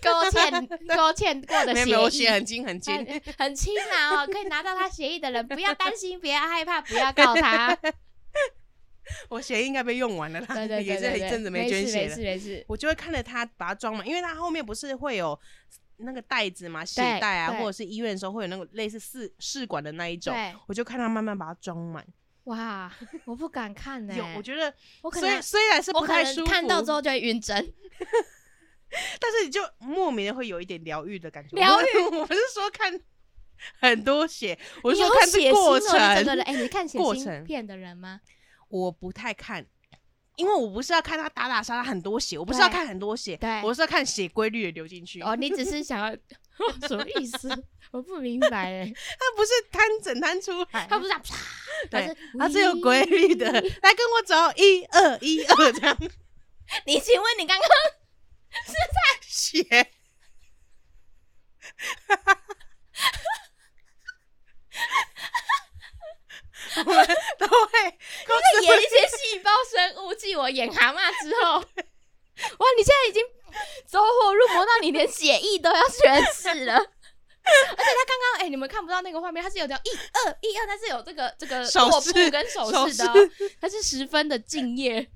[SPEAKER 1] 勾 芡勾芡过的
[SPEAKER 2] 没
[SPEAKER 1] 协
[SPEAKER 2] 有没有，我
[SPEAKER 1] 议
[SPEAKER 2] 血很轻很轻。
[SPEAKER 1] 很很轻啊、哦，可以拿到他协议的人，不要担心，不要害怕，不要告 他。
[SPEAKER 2] 我血应该被用完了啦，
[SPEAKER 1] 对对对
[SPEAKER 2] 也
[SPEAKER 1] 对
[SPEAKER 2] 是
[SPEAKER 1] 对
[SPEAKER 2] 一阵子
[SPEAKER 1] 没
[SPEAKER 2] 捐
[SPEAKER 1] 事
[SPEAKER 2] 血
[SPEAKER 1] 没事
[SPEAKER 2] 了。
[SPEAKER 1] 没事。
[SPEAKER 2] 我就会看着他把它装满，因为他后面不是会有那个袋子嘛，血袋啊，
[SPEAKER 1] 对
[SPEAKER 2] 或者是医院的时候会有那个类似试试管的那一种，
[SPEAKER 1] 对，
[SPEAKER 2] 我就看他慢慢把它装满。
[SPEAKER 1] 哇，我不敢看呢、
[SPEAKER 2] 有，我觉得
[SPEAKER 1] 我可
[SPEAKER 2] 虽
[SPEAKER 1] 能
[SPEAKER 2] 虽然是
[SPEAKER 1] 我
[SPEAKER 2] 不
[SPEAKER 1] 可
[SPEAKER 2] 太舒
[SPEAKER 1] 能
[SPEAKER 2] 服，
[SPEAKER 1] 看到之后就会晕针。
[SPEAKER 2] 但是你就莫名的会有一点疗愈的感觉。
[SPEAKER 1] 疗
[SPEAKER 2] 愈，我不是说看很多血，我是
[SPEAKER 1] 你
[SPEAKER 2] 说
[SPEAKER 1] 有
[SPEAKER 2] 看
[SPEAKER 1] 血
[SPEAKER 2] 这
[SPEAKER 1] 腥哦你
[SPEAKER 2] 过
[SPEAKER 1] 整个
[SPEAKER 2] 程。
[SPEAKER 1] 人哎、你看血
[SPEAKER 2] 过
[SPEAKER 1] 腥
[SPEAKER 2] 程
[SPEAKER 1] 片的人吗？
[SPEAKER 2] 我不太看，因为我不是要看他打打杀杀很多血，我不是要
[SPEAKER 1] 对
[SPEAKER 2] 看很多血
[SPEAKER 1] 对，
[SPEAKER 2] 我是要看血规律的流进去。
[SPEAKER 1] 哦，你只是想要 什么意思？我不明白 哎、
[SPEAKER 2] 他不是摊整摊出来，
[SPEAKER 1] 他不是这样啪，
[SPEAKER 2] 哎对
[SPEAKER 1] 是
[SPEAKER 2] 它是有规律的。来跟我走，一二一二这样
[SPEAKER 1] 你请问你刚刚
[SPEAKER 2] 写。 我们都会，
[SPEAKER 1] 在演一些细胞生物，继我演蛤蟆之 后，哇，你现在已经走火入魔到你连血意都要宣誓了。而且 他刚刚，哎、你们看不到那个画面，他是有点一二一二，他是有这个这个
[SPEAKER 2] 手
[SPEAKER 1] 握
[SPEAKER 2] 势
[SPEAKER 1] 步跟手
[SPEAKER 2] 手
[SPEAKER 1] 势的哦、他是十分的敬业。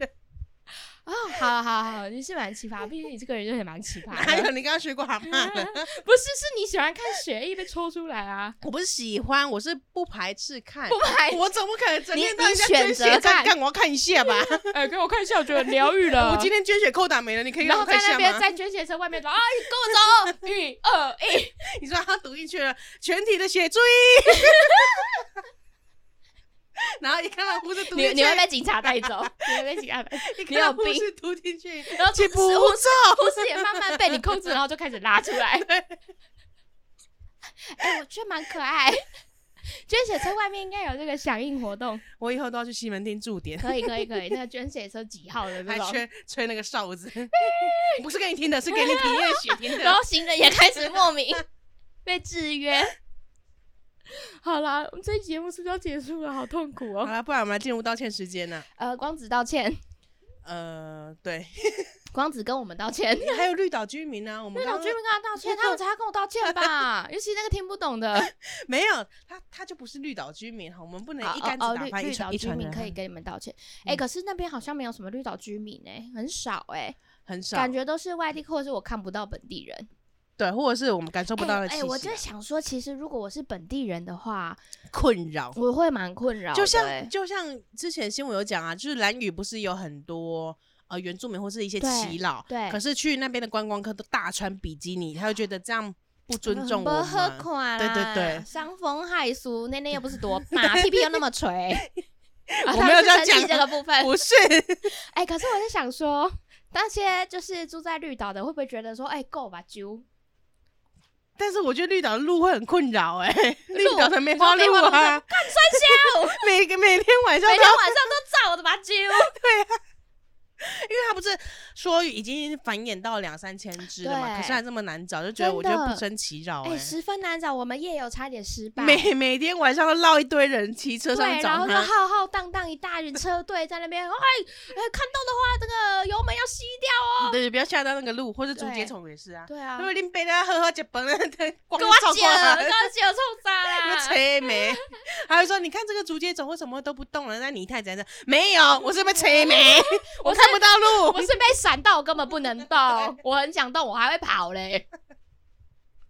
[SPEAKER 1] 哦，好好好，你是蛮奇葩，毕竟你这个人就是蛮奇葩
[SPEAKER 2] 哪
[SPEAKER 1] 的。
[SPEAKER 2] 有你刚刚学过蛤蟆 的？
[SPEAKER 1] 不是，是你喜欢看血液被抽出来啊，
[SPEAKER 2] 我不是喜欢，我是不排斥看
[SPEAKER 1] 不。拍。
[SPEAKER 2] 我怎么可能整
[SPEAKER 1] 哎你
[SPEAKER 2] 天到人家
[SPEAKER 1] 你选
[SPEAKER 2] 捐
[SPEAKER 1] 择
[SPEAKER 2] 血
[SPEAKER 1] 看
[SPEAKER 2] 站干？我要看一下吧。
[SPEAKER 1] 哎、给我看一下，我觉得疗愈了
[SPEAKER 2] 我今天捐血扣打没了，你可以
[SPEAKER 1] 然
[SPEAKER 2] 让
[SPEAKER 1] 后
[SPEAKER 2] 我
[SPEAKER 1] 在
[SPEAKER 2] 看一
[SPEAKER 1] 那
[SPEAKER 2] 下
[SPEAKER 1] 边
[SPEAKER 2] 吗？
[SPEAKER 1] 在捐血车外面说：“啊，跟我走， 一二一。
[SPEAKER 2] 你说他读进去了，全体的血注意。 然后一看到不是”读
[SPEAKER 1] 你
[SPEAKER 2] 进
[SPEAKER 1] 你
[SPEAKER 2] 去，
[SPEAKER 1] 会被警察带 走，你会被警察带走。
[SPEAKER 2] 一
[SPEAKER 1] 你
[SPEAKER 2] 看
[SPEAKER 1] 有
[SPEAKER 2] 到不
[SPEAKER 1] 病
[SPEAKER 2] 是读进去，
[SPEAKER 1] 然后
[SPEAKER 2] 且
[SPEAKER 1] 护
[SPEAKER 2] 不错。
[SPEAKER 1] 护士也慢慢被你控制，然后就开始拉出 来。哎、我觉得蛮可爱。捐血车外面应该有这个响应活动，
[SPEAKER 2] 我以后都要去西门町驻 点，
[SPEAKER 1] 可以可以可以。那个捐血车几号的那
[SPEAKER 2] 还
[SPEAKER 1] 种？
[SPEAKER 2] 吹吹那个 哨子，不是给你听的，是给你体验血听
[SPEAKER 1] 然
[SPEAKER 2] 的。
[SPEAKER 1] 后行人也开始莫名 被制约。好啦，我们这期节目是不是要结束了？好痛苦
[SPEAKER 2] 好
[SPEAKER 1] 哦。
[SPEAKER 2] 了，不然我们来进入道歉时间呢。
[SPEAKER 1] 呃，光子道歉，
[SPEAKER 2] 呃，对，
[SPEAKER 1] 光子跟我们道歉。
[SPEAKER 2] 还有绿岛居民呢，我们
[SPEAKER 1] 绿岛
[SPEAKER 2] 刚
[SPEAKER 1] 居
[SPEAKER 2] 刚
[SPEAKER 1] 民跟他道歉，他们才要跟我道歉 吧？尤其那个听不懂的，
[SPEAKER 2] 没有他，他就不是绿岛居民哈，我们不能
[SPEAKER 1] 哦
[SPEAKER 2] 一竿
[SPEAKER 1] 哦
[SPEAKER 2] 子
[SPEAKER 1] 哦，
[SPEAKER 2] 打
[SPEAKER 1] 绿
[SPEAKER 2] 翻一
[SPEAKER 1] 绿岛
[SPEAKER 2] 船一
[SPEAKER 1] 居
[SPEAKER 2] 船
[SPEAKER 1] 民
[SPEAKER 2] 人。啊
[SPEAKER 1] 可以跟你们道歉。哎，
[SPEAKER 2] 嗯
[SPEAKER 1] 可是那边好像没有什么绿岛居民哎，很少哎，
[SPEAKER 2] 很少
[SPEAKER 1] 感觉都是外地或者是我看不到本地人。
[SPEAKER 2] 对，或者是我们感受不到的气
[SPEAKER 1] 哎，
[SPEAKER 2] 息啊
[SPEAKER 1] 我就想说，其实如果我是本地人的话，
[SPEAKER 2] 困扰。
[SPEAKER 1] 我会蛮困扰的欸，
[SPEAKER 2] 就像就像之前新闻有讲啊，就是蓝屿不是有很多呃原住民或是一些
[SPEAKER 1] 对
[SPEAKER 2] 耆老，
[SPEAKER 1] 对
[SPEAKER 2] 可是去那边的观光客都大穿比基尼，他会觉得这样不尊重我
[SPEAKER 1] 不喝
[SPEAKER 2] 们。
[SPEAKER 1] 款啦，
[SPEAKER 2] 对对对
[SPEAKER 1] 伤风害俗，内内又不是 多大，屁屁又那么垂。啊
[SPEAKER 2] 我没
[SPEAKER 1] 他们是
[SPEAKER 2] 有这样
[SPEAKER 1] 生气这
[SPEAKER 2] 讲
[SPEAKER 1] 个 部分，
[SPEAKER 2] 不是，
[SPEAKER 1] 哎、可是我在想说，那些就是住在绿岛的，会不会觉得说，哎、够吧，啾，
[SPEAKER 2] 但是我觉得绿岛的路会很困扰哎、绿岛的梅
[SPEAKER 1] 黄
[SPEAKER 2] 花
[SPEAKER 1] 梅
[SPEAKER 2] 鹿
[SPEAKER 1] 花鹿
[SPEAKER 2] 啊
[SPEAKER 1] 在，看三小，
[SPEAKER 2] 每个每天晚上
[SPEAKER 1] 每天
[SPEAKER 2] 都哦哎
[SPEAKER 1] 晚上都照我的吧，啾。对啊。
[SPEAKER 2] 因为它不是说已经繁衍到两三千只了嘛，
[SPEAKER 1] 对
[SPEAKER 2] 可是还这么难找，就觉得我觉
[SPEAKER 1] 真的
[SPEAKER 2] 得不胜其扰
[SPEAKER 1] 哎、
[SPEAKER 2] 哎、
[SPEAKER 1] 十分难找，我们夜游差点失败。
[SPEAKER 2] 每每天晚上都绕一堆人骑车上
[SPEAKER 1] 对，
[SPEAKER 2] 去
[SPEAKER 1] 然后
[SPEAKER 2] 找
[SPEAKER 1] 就 浩
[SPEAKER 2] 它，
[SPEAKER 1] 浩荡荡一大群车队在那边，哎哎，看到的话，这个油门要熄掉哦。
[SPEAKER 2] 对，不要吓到那个路，或者竹节
[SPEAKER 1] 对
[SPEAKER 2] 虫也是啊。
[SPEAKER 1] 对啊
[SPEAKER 2] 如，果你被它喝喝结崩了，光
[SPEAKER 1] 给
[SPEAKER 2] 照
[SPEAKER 1] 我
[SPEAKER 2] 过
[SPEAKER 1] 姐，给
[SPEAKER 2] 来，
[SPEAKER 1] 我姐冲啥
[SPEAKER 2] 那
[SPEAKER 1] 啦？
[SPEAKER 2] 吹没？还会说你看这个竹节虫为什么都不动了？那你太怎样？没有，我是被吹没，我
[SPEAKER 1] 我是
[SPEAKER 2] 看不到路。
[SPEAKER 1] 我是被闪到，我根本不能动，我很想动，我还会跑嘞，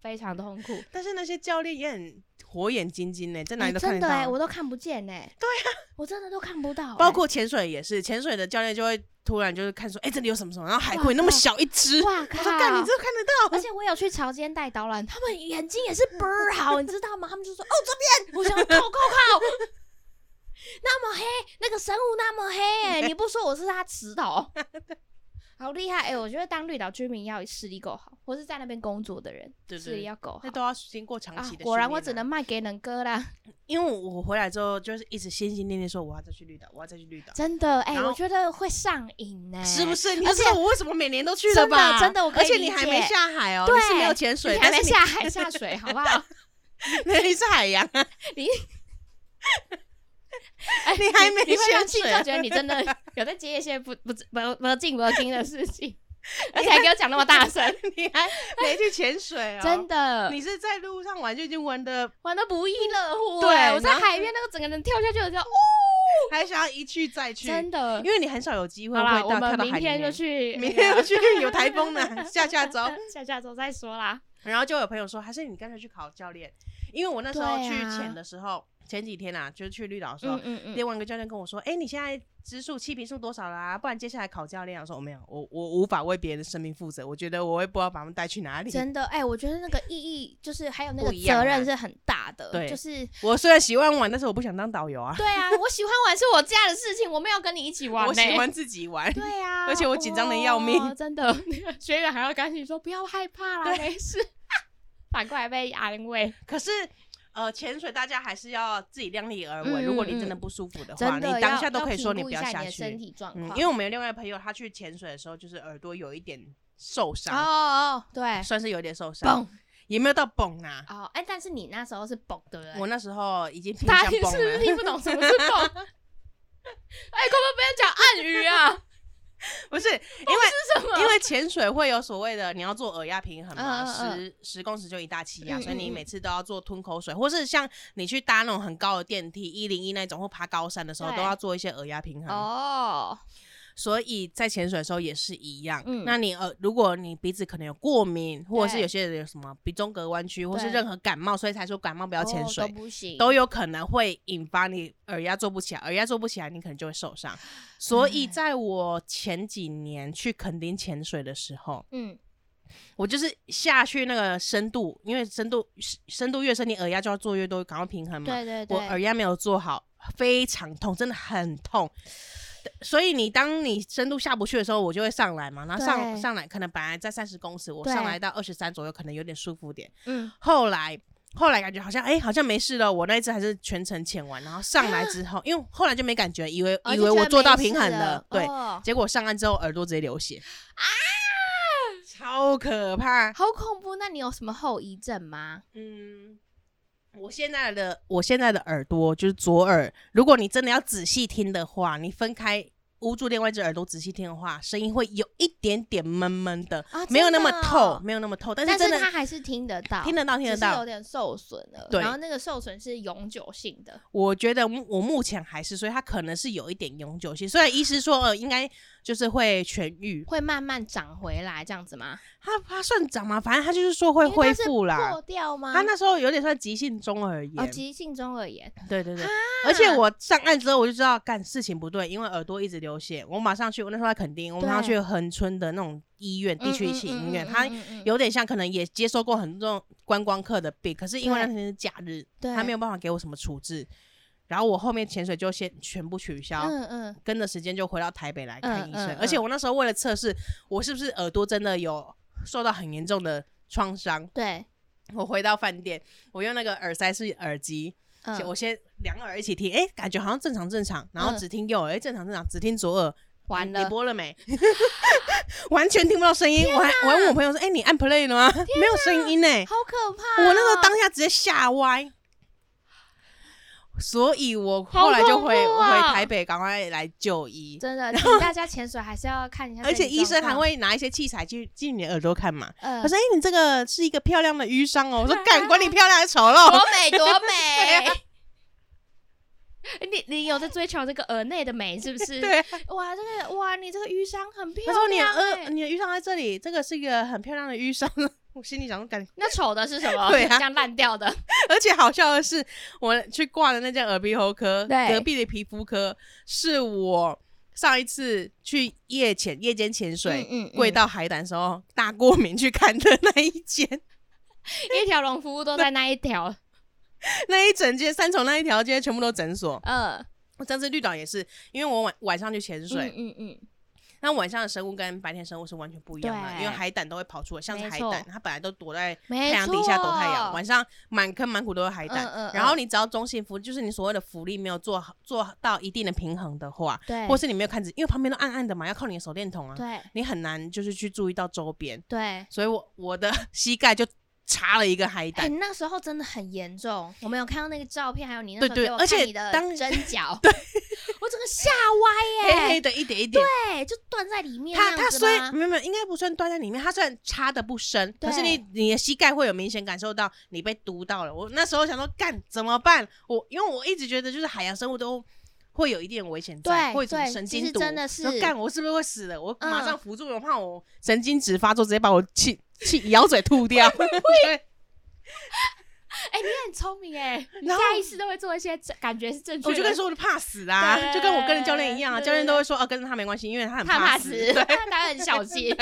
[SPEAKER 1] 非常痛苦。
[SPEAKER 2] 但是那些教练也很火眼金睛呢，在哪
[SPEAKER 1] 哎
[SPEAKER 2] 里都看
[SPEAKER 1] 真
[SPEAKER 2] 得
[SPEAKER 1] 的
[SPEAKER 2] 到
[SPEAKER 1] 哎、
[SPEAKER 2] 啊。
[SPEAKER 1] 我都看不见哎、对呀、我真的都看不到哎、
[SPEAKER 2] 包括潜水也是，潜水的教练就会突然就是看说，哎、这里有什么什么，然后海葵那么小一只，
[SPEAKER 1] 哇
[SPEAKER 2] 他
[SPEAKER 1] 靠！
[SPEAKER 2] 说干，你这看
[SPEAKER 1] 而
[SPEAKER 2] 得到？
[SPEAKER 1] 且我有去潮间带导览，他们眼睛也是倍儿好，你知道吗？他们就说哦这边，我想靠靠靠，那么黑，那个生物那么黑、欸，你不说我是他石 头，好厉害哎、欸我觉得当绿岛居民要视力够好，或是在那边工作的人
[SPEAKER 2] 对对
[SPEAKER 1] 视力要够好
[SPEAKER 2] 那。都要经过长
[SPEAKER 1] 啊
[SPEAKER 2] 期的、训，
[SPEAKER 1] 果然我只能，卖给能哥啦，
[SPEAKER 2] 因为我回来之后就是一直心心念念说我要再去绿岛，我要再去绿岛，
[SPEAKER 1] 真的哎、
[SPEAKER 2] 然后
[SPEAKER 1] 我觉得会上瘾呢、
[SPEAKER 2] 是不是？你
[SPEAKER 1] 哎而
[SPEAKER 2] 就知道我为什么每年都去
[SPEAKER 1] 真的
[SPEAKER 2] 了吧？
[SPEAKER 1] 真的我可以
[SPEAKER 2] 而且
[SPEAKER 1] 理
[SPEAKER 2] 你还
[SPEAKER 1] 解
[SPEAKER 2] 没下海哦，
[SPEAKER 1] 对
[SPEAKER 2] 你是没有潜水，
[SPEAKER 1] 你还
[SPEAKER 2] 但
[SPEAKER 1] 没
[SPEAKER 2] 是
[SPEAKER 1] 下海下水，好不好？
[SPEAKER 2] 你你是海洋啊，
[SPEAKER 1] 你
[SPEAKER 2] 哎你还没
[SPEAKER 1] 你会
[SPEAKER 2] 下
[SPEAKER 1] 生气，
[SPEAKER 2] 水
[SPEAKER 1] 就
[SPEAKER 2] 啊，
[SPEAKER 1] 觉得你真 的有在接一些不不不不进不进的事情，而且还给我讲那么大声，
[SPEAKER 2] 你还没去潜水 哦，
[SPEAKER 1] 真的，
[SPEAKER 2] 你是在路上玩就已经玩的，
[SPEAKER 1] 玩的不亦乐乎
[SPEAKER 2] 对
[SPEAKER 1] 欸。我在
[SPEAKER 2] 然后
[SPEAKER 1] 海边那个整个人跳下去的时候，哦，
[SPEAKER 2] 还想要一去再去，
[SPEAKER 1] 真的。
[SPEAKER 2] 因为你很少有机会
[SPEAKER 1] 好
[SPEAKER 2] 会
[SPEAKER 1] 啦，
[SPEAKER 2] 到
[SPEAKER 1] 我
[SPEAKER 2] 跳
[SPEAKER 1] 们
[SPEAKER 2] 到
[SPEAKER 1] 明
[SPEAKER 2] 海里
[SPEAKER 1] 天就
[SPEAKER 2] 面。
[SPEAKER 1] 去，
[SPEAKER 2] 明天就去， 有台风呢，下下周。
[SPEAKER 1] 下下周再说啦。
[SPEAKER 2] 然后就有朋友说，还是你干脆去考教练，因为我那时候
[SPEAKER 1] 对
[SPEAKER 2] 去
[SPEAKER 1] 啊
[SPEAKER 2] 潜的时候，前几天啊，就是去绿岛的时候
[SPEAKER 1] 嗯，嗯嗯，
[SPEAKER 2] 另外一个教练跟我说，哎、你现在支数七频数多少啦、不然接下来考教练啊。我说我没有，我我无法为别人的生命负责，我觉得我会不知道把他们带去哪里。
[SPEAKER 1] 真的，哎，我觉得那个意义就是还有那
[SPEAKER 2] 不
[SPEAKER 1] 个
[SPEAKER 2] 一样啊
[SPEAKER 1] 责任是很大的，
[SPEAKER 2] 对
[SPEAKER 1] 就是
[SPEAKER 2] 我虽然喜欢玩，但是我不想当导游啊，
[SPEAKER 1] 对啊，我喜欢玩是我家的事情，我没有跟你一起玩欸
[SPEAKER 2] 我喜
[SPEAKER 1] 呢。
[SPEAKER 2] 欢自 己玩。
[SPEAKER 1] 对呀、
[SPEAKER 2] 而且我紧张得要命
[SPEAKER 1] 哦真 的。学员还要赶紧说不要害怕啦，没事。 反过来被安慰，
[SPEAKER 2] 可是。呃，潜水大家还是要自己量力而为。
[SPEAKER 1] 嗯
[SPEAKER 2] 如果你
[SPEAKER 1] 嗯
[SPEAKER 2] 真的不舒服的话，
[SPEAKER 1] 真的
[SPEAKER 2] 你当下都可以说
[SPEAKER 1] 你
[SPEAKER 2] 不要下去。
[SPEAKER 1] 身体状
[SPEAKER 2] 嗯，
[SPEAKER 1] 况、
[SPEAKER 2] 因为我们有另外一个朋友，他去潜水的时候，就是耳朵有一点受
[SPEAKER 1] 哦
[SPEAKER 2] 伤，
[SPEAKER 1] 哦哦，对，
[SPEAKER 2] 算是有点受伤
[SPEAKER 1] 蹦，
[SPEAKER 2] 也没有到崩啊。
[SPEAKER 1] 哦，哎，但是你那时候是蹦，对不
[SPEAKER 2] 我
[SPEAKER 1] 对？
[SPEAKER 2] 那时候已经偏
[SPEAKER 1] 大家
[SPEAKER 2] 向
[SPEAKER 1] 是不
[SPEAKER 2] 崩
[SPEAKER 1] 是
[SPEAKER 2] 了，
[SPEAKER 1] 听不懂什么是蹦？哎哎，快快不要讲暗语啊！
[SPEAKER 2] 不是 因
[SPEAKER 1] 是什么？
[SPEAKER 2] 为因为潜水会有所谓的你要做耳压平衡嘛，
[SPEAKER 1] 嗯嗯嗯
[SPEAKER 2] 十十公尺就一大气压，
[SPEAKER 1] 嗯
[SPEAKER 2] 所以你
[SPEAKER 1] 嗯嗯
[SPEAKER 2] 每次都要做吞口水，或是像你去搭那种很高的电梯一零一那种，或爬高山的时候
[SPEAKER 1] 对
[SPEAKER 2] 都要做一些耳压平衡。
[SPEAKER 1] 哦，
[SPEAKER 2] 所以在潜水的时候也是一样。
[SPEAKER 1] 嗯
[SPEAKER 2] 那你呃，如果你鼻子可能有过敏，或者是
[SPEAKER 1] 对
[SPEAKER 2] 有些人有什么鼻中隔弯曲，或是
[SPEAKER 1] 对
[SPEAKER 2] 任何感冒，所以才说感冒不
[SPEAKER 1] 不
[SPEAKER 2] 要潜水。
[SPEAKER 1] 哦都不行，
[SPEAKER 2] 都有可能会引发你耳压做不起来，耳压做不起来，你可能就会受伤。所以，在我前几年去垦丁潜水的时候，
[SPEAKER 1] 嗯，
[SPEAKER 2] 我就是下去那个深度，因为深度深度越深，你耳压就要做越多，赶快平衡嘛。
[SPEAKER 1] 对对对，
[SPEAKER 2] 我耳压没有做好，非常痛，真的很痛。所以你当你深度下不去的时候，我就会上来嘛，然后上
[SPEAKER 1] 对
[SPEAKER 2] 上来可能本来在三十公尺，我
[SPEAKER 1] 对
[SPEAKER 2] 上来到二十三左右，可能有点舒服点。
[SPEAKER 1] 嗯，
[SPEAKER 2] 后来后来感觉好像哎、好像没事了，我那一次还是全程潜完，然后上来之后，因为后来就没感觉，以为
[SPEAKER 1] 啊哦
[SPEAKER 2] 以
[SPEAKER 1] 就
[SPEAKER 2] 为
[SPEAKER 1] 觉
[SPEAKER 2] 我
[SPEAKER 1] 得
[SPEAKER 2] 做到
[SPEAKER 1] 没
[SPEAKER 2] 平
[SPEAKER 1] 事
[SPEAKER 2] 衡
[SPEAKER 1] 了
[SPEAKER 2] 了，对，
[SPEAKER 1] 哦
[SPEAKER 2] 结果上岸之后耳朵直接流血啊，超可怕，
[SPEAKER 1] 好恐怖。那你有什么后遗症吗？
[SPEAKER 2] 嗯。我现在的我现在的耳朵就是左耳，如果你真的要仔细听的话，你分开捂住另外一只耳朵仔细听的话，声音会有一点点闷闷的，
[SPEAKER 1] 啊，
[SPEAKER 2] 没有
[SPEAKER 1] 真
[SPEAKER 2] 那
[SPEAKER 1] 的
[SPEAKER 2] 么
[SPEAKER 1] 哦
[SPEAKER 2] 透，没有那么透，但是真的
[SPEAKER 1] 他还是听得到，
[SPEAKER 2] 听得到听得
[SPEAKER 1] 只是
[SPEAKER 2] 到
[SPEAKER 1] 有，点受损了。
[SPEAKER 2] 对
[SPEAKER 1] 然后那个受损是永久性的，
[SPEAKER 2] 我觉得目我目前还是，所以它可能是有一点永久性。虽然医师说呃应该就是会痊愈，
[SPEAKER 1] 会慢慢长回来这样子吗？
[SPEAKER 2] 它它算长吗？反正它就是说会恢复啦
[SPEAKER 1] 破。掉吗？
[SPEAKER 2] 它那时候有点算急性中耳炎，
[SPEAKER 1] 哦，急啊性中耳炎，
[SPEAKER 2] 对对对。而且我上岸之后我就知道干事情不对，因为耳朵一直流血，我马上去，我那时候在垦丁，我马上去恒春的那种医院，
[SPEAKER 1] 嗯
[SPEAKER 2] 地区性医院，它
[SPEAKER 1] 有
[SPEAKER 2] 有点像可能也接受过很多观光客的病，可是因为
[SPEAKER 1] 对
[SPEAKER 2] 那天是假日，
[SPEAKER 1] 对
[SPEAKER 2] 他没有办法给我什么处置。然后我后面潜水就先全部取消，
[SPEAKER 1] 嗯嗯，
[SPEAKER 2] 跟着时间就回到台北来看医生。
[SPEAKER 1] 嗯嗯嗯
[SPEAKER 2] 而且我那时候为了测试我是不是耳朵真的有受到很严重的创伤，
[SPEAKER 1] 对，
[SPEAKER 2] 我回到饭店，我用那个耳塞式耳机，
[SPEAKER 1] 嗯
[SPEAKER 2] 我先两耳一起听，哎、感觉好像正常正常，然后
[SPEAKER 1] 嗯
[SPEAKER 2] 只听右耳，哎、正常正常，只听左耳。
[SPEAKER 1] 完
[SPEAKER 2] 你
[SPEAKER 1] 了，
[SPEAKER 2] 播了没？ 完全听不到声音。我还我还问我朋友说：“哎、你按 play 了吗？没有声音呢、
[SPEAKER 1] 好可怕、哦
[SPEAKER 2] 我那时候
[SPEAKER 1] 时
[SPEAKER 2] 当下直接吓歪，所以我后来就回、
[SPEAKER 1] 好恐怖啊
[SPEAKER 2] 回台北，赶快来就医。
[SPEAKER 1] 真的，请大家潜水还是要看一下，
[SPEAKER 2] 而且医生还，会拿一些器材去进你的耳朵看嘛。
[SPEAKER 1] 呃
[SPEAKER 2] 他，说：“哎、你这个是一个漂亮的淤伤哦。”我说：“
[SPEAKER 1] 啊
[SPEAKER 2] 干，管你漂亮还是丑陋
[SPEAKER 1] 多，美多
[SPEAKER 2] 哦对
[SPEAKER 1] 美
[SPEAKER 2] 啊。
[SPEAKER 1] 你你有在追求这个额内的美是不是？
[SPEAKER 2] 对啊
[SPEAKER 1] 哇，这个哇，你这个淤伤很漂
[SPEAKER 2] 他
[SPEAKER 1] 亮、
[SPEAKER 2] 说：“你的
[SPEAKER 1] 欸。
[SPEAKER 2] 呃，你的淤伤在这里，这个是一个很漂亮的淤伤。” 我心里想说：“感，
[SPEAKER 1] 那丑的是什么？
[SPEAKER 2] 对啊
[SPEAKER 1] 像烂掉的。
[SPEAKER 2] 而且好笑的是，我去挂的那家耳鼻喉科，
[SPEAKER 1] 对
[SPEAKER 2] 隔壁的皮肤科，是我上一次去夜潜、夜间潜 水、
[SPEAKER 1] 嗯嗯嗯
[SPEAKER 2] 跪到海胆的时候大过敏去看的那一间，
[SPEAKER 1] 一条龙服务都在那一条。
[SPEAKER 2] 那一整街三重那一条街全部都诊所。
[SPEAKER 1] 嗯，
[SPEAKER 2] 我上次绿岛也是，因为我晚晚上去潜水，
[SPEAKER 1] 嗯嗯
[SPEAKER 2] 那、晚上的生物跟白天生物是完全不一样的，
[SPEAKER 1] 对
[SPEAKER 2] 因为海胆都会跑出来，像是
[SPEAKER 1] 没
[SPEAKER 2] 海
[SPEAKER 1] 错
[SPEAKER 2] 胆，它本来都躲在
[SPEAKER 1] 没
[SPEAKER 2] 太
[SPEAKER 1] 错。
[SPEAKER 2] 阳底下躲太阳，晚上满坑满谷都是海胆。
[SPEAKER 1] 嗯嗯嗯
[SPEAKER 2] 然后你只要中性浮，就是你所谓的浮力没有做好做到一定的平衡的话，
[SPEAKER 1] 对，
[SPEAKER 2] 或是你没有看仔，因为旁边都暗暗的嘛，要靠你的手电筒啊，
[SPEAKER 1] 对
[SPEAKER 2] 你很难就是去注意到周边。
[SPEAKER 1] 对，哎、
[SPEAKER 2] 所以我我的 膝盖就插了一个海胆，
[SPEAKER 1] 那时候真的很严重，我们有看到那个照片，还有你那
[SPEAKER 2] 对
[SPEAKER 1] 时候
[SPEAKER 2] 对
[SPEAKER 1] 给我
[SPEAKER 2] 而
[SPEAKER 1] 看
[SPEAKER 2] 且
[SPEAKER 1] 你的
[SPEAKER 2] 当 哎
[SPEAKER 1] 针脚，对， 我整个吓歪耶、
[SPEAKER 2] 黑黑的一点一点。
[SPEAKER 1] 对，就断在里面
[SPEAKER 2] 它
[SPEAKER 1] 那
[SPEAKER 2] 它
[SPEAKER 1] 样子
[SPEAKER 2] 虽
[SPEAKER 1] 吗？
[SPEAKER 2] 没有没有，应该不算断在里面，它虽然插的不深，
[SPEAKER 1] 对
[SPEAKER 2] 可是你你的膝盖会有明显感受到你被毒到了。我那时候想说，干怎么办？我因为我一直觉得就是海洋生物都会有一点危险在，
[SPEAKER 1] 对
[SPEAKER 2] 会有一种
[SPEAKER 1] 对
[SPEAKER 2] 神
[SPEAKER 1] 其
[SPEAKER 2] 经
[SPEAKER 1] 实
[SPEAKER 2] 毒，
[SPEAKER 1] 真的是
[SPEAKER 2] 说干我是不是会死的？我
[SPEAKER 1] 嗯
[SPEAKER 2] 马上扶住，我怕我神经质发作，直接把我气气咬嘴吐 掉。对
[SPEAKER 1] 哎、你很聪明哎、你
[SPEAKER 2] 然后
[SPEAKER 1] 下意识都会做一些正感觉是正确的。
[SPEAKER 2] 我就跟你说，我就怕死啊，
[SPEAKER 1] 对
[SPEAKER 2] 就跟我跟着教练一样啊，
[SPEAKER 1] 对
[SPEAKER 2] 教练都会说哦，跟着他没关系，因为他很
[SPEAKER 1] 他怕
[SPEAKER 2] 死，
[SPEAKER 1] 死，
[SPEAKER 2] 对，
[SPEAKER 1] 他很小 心。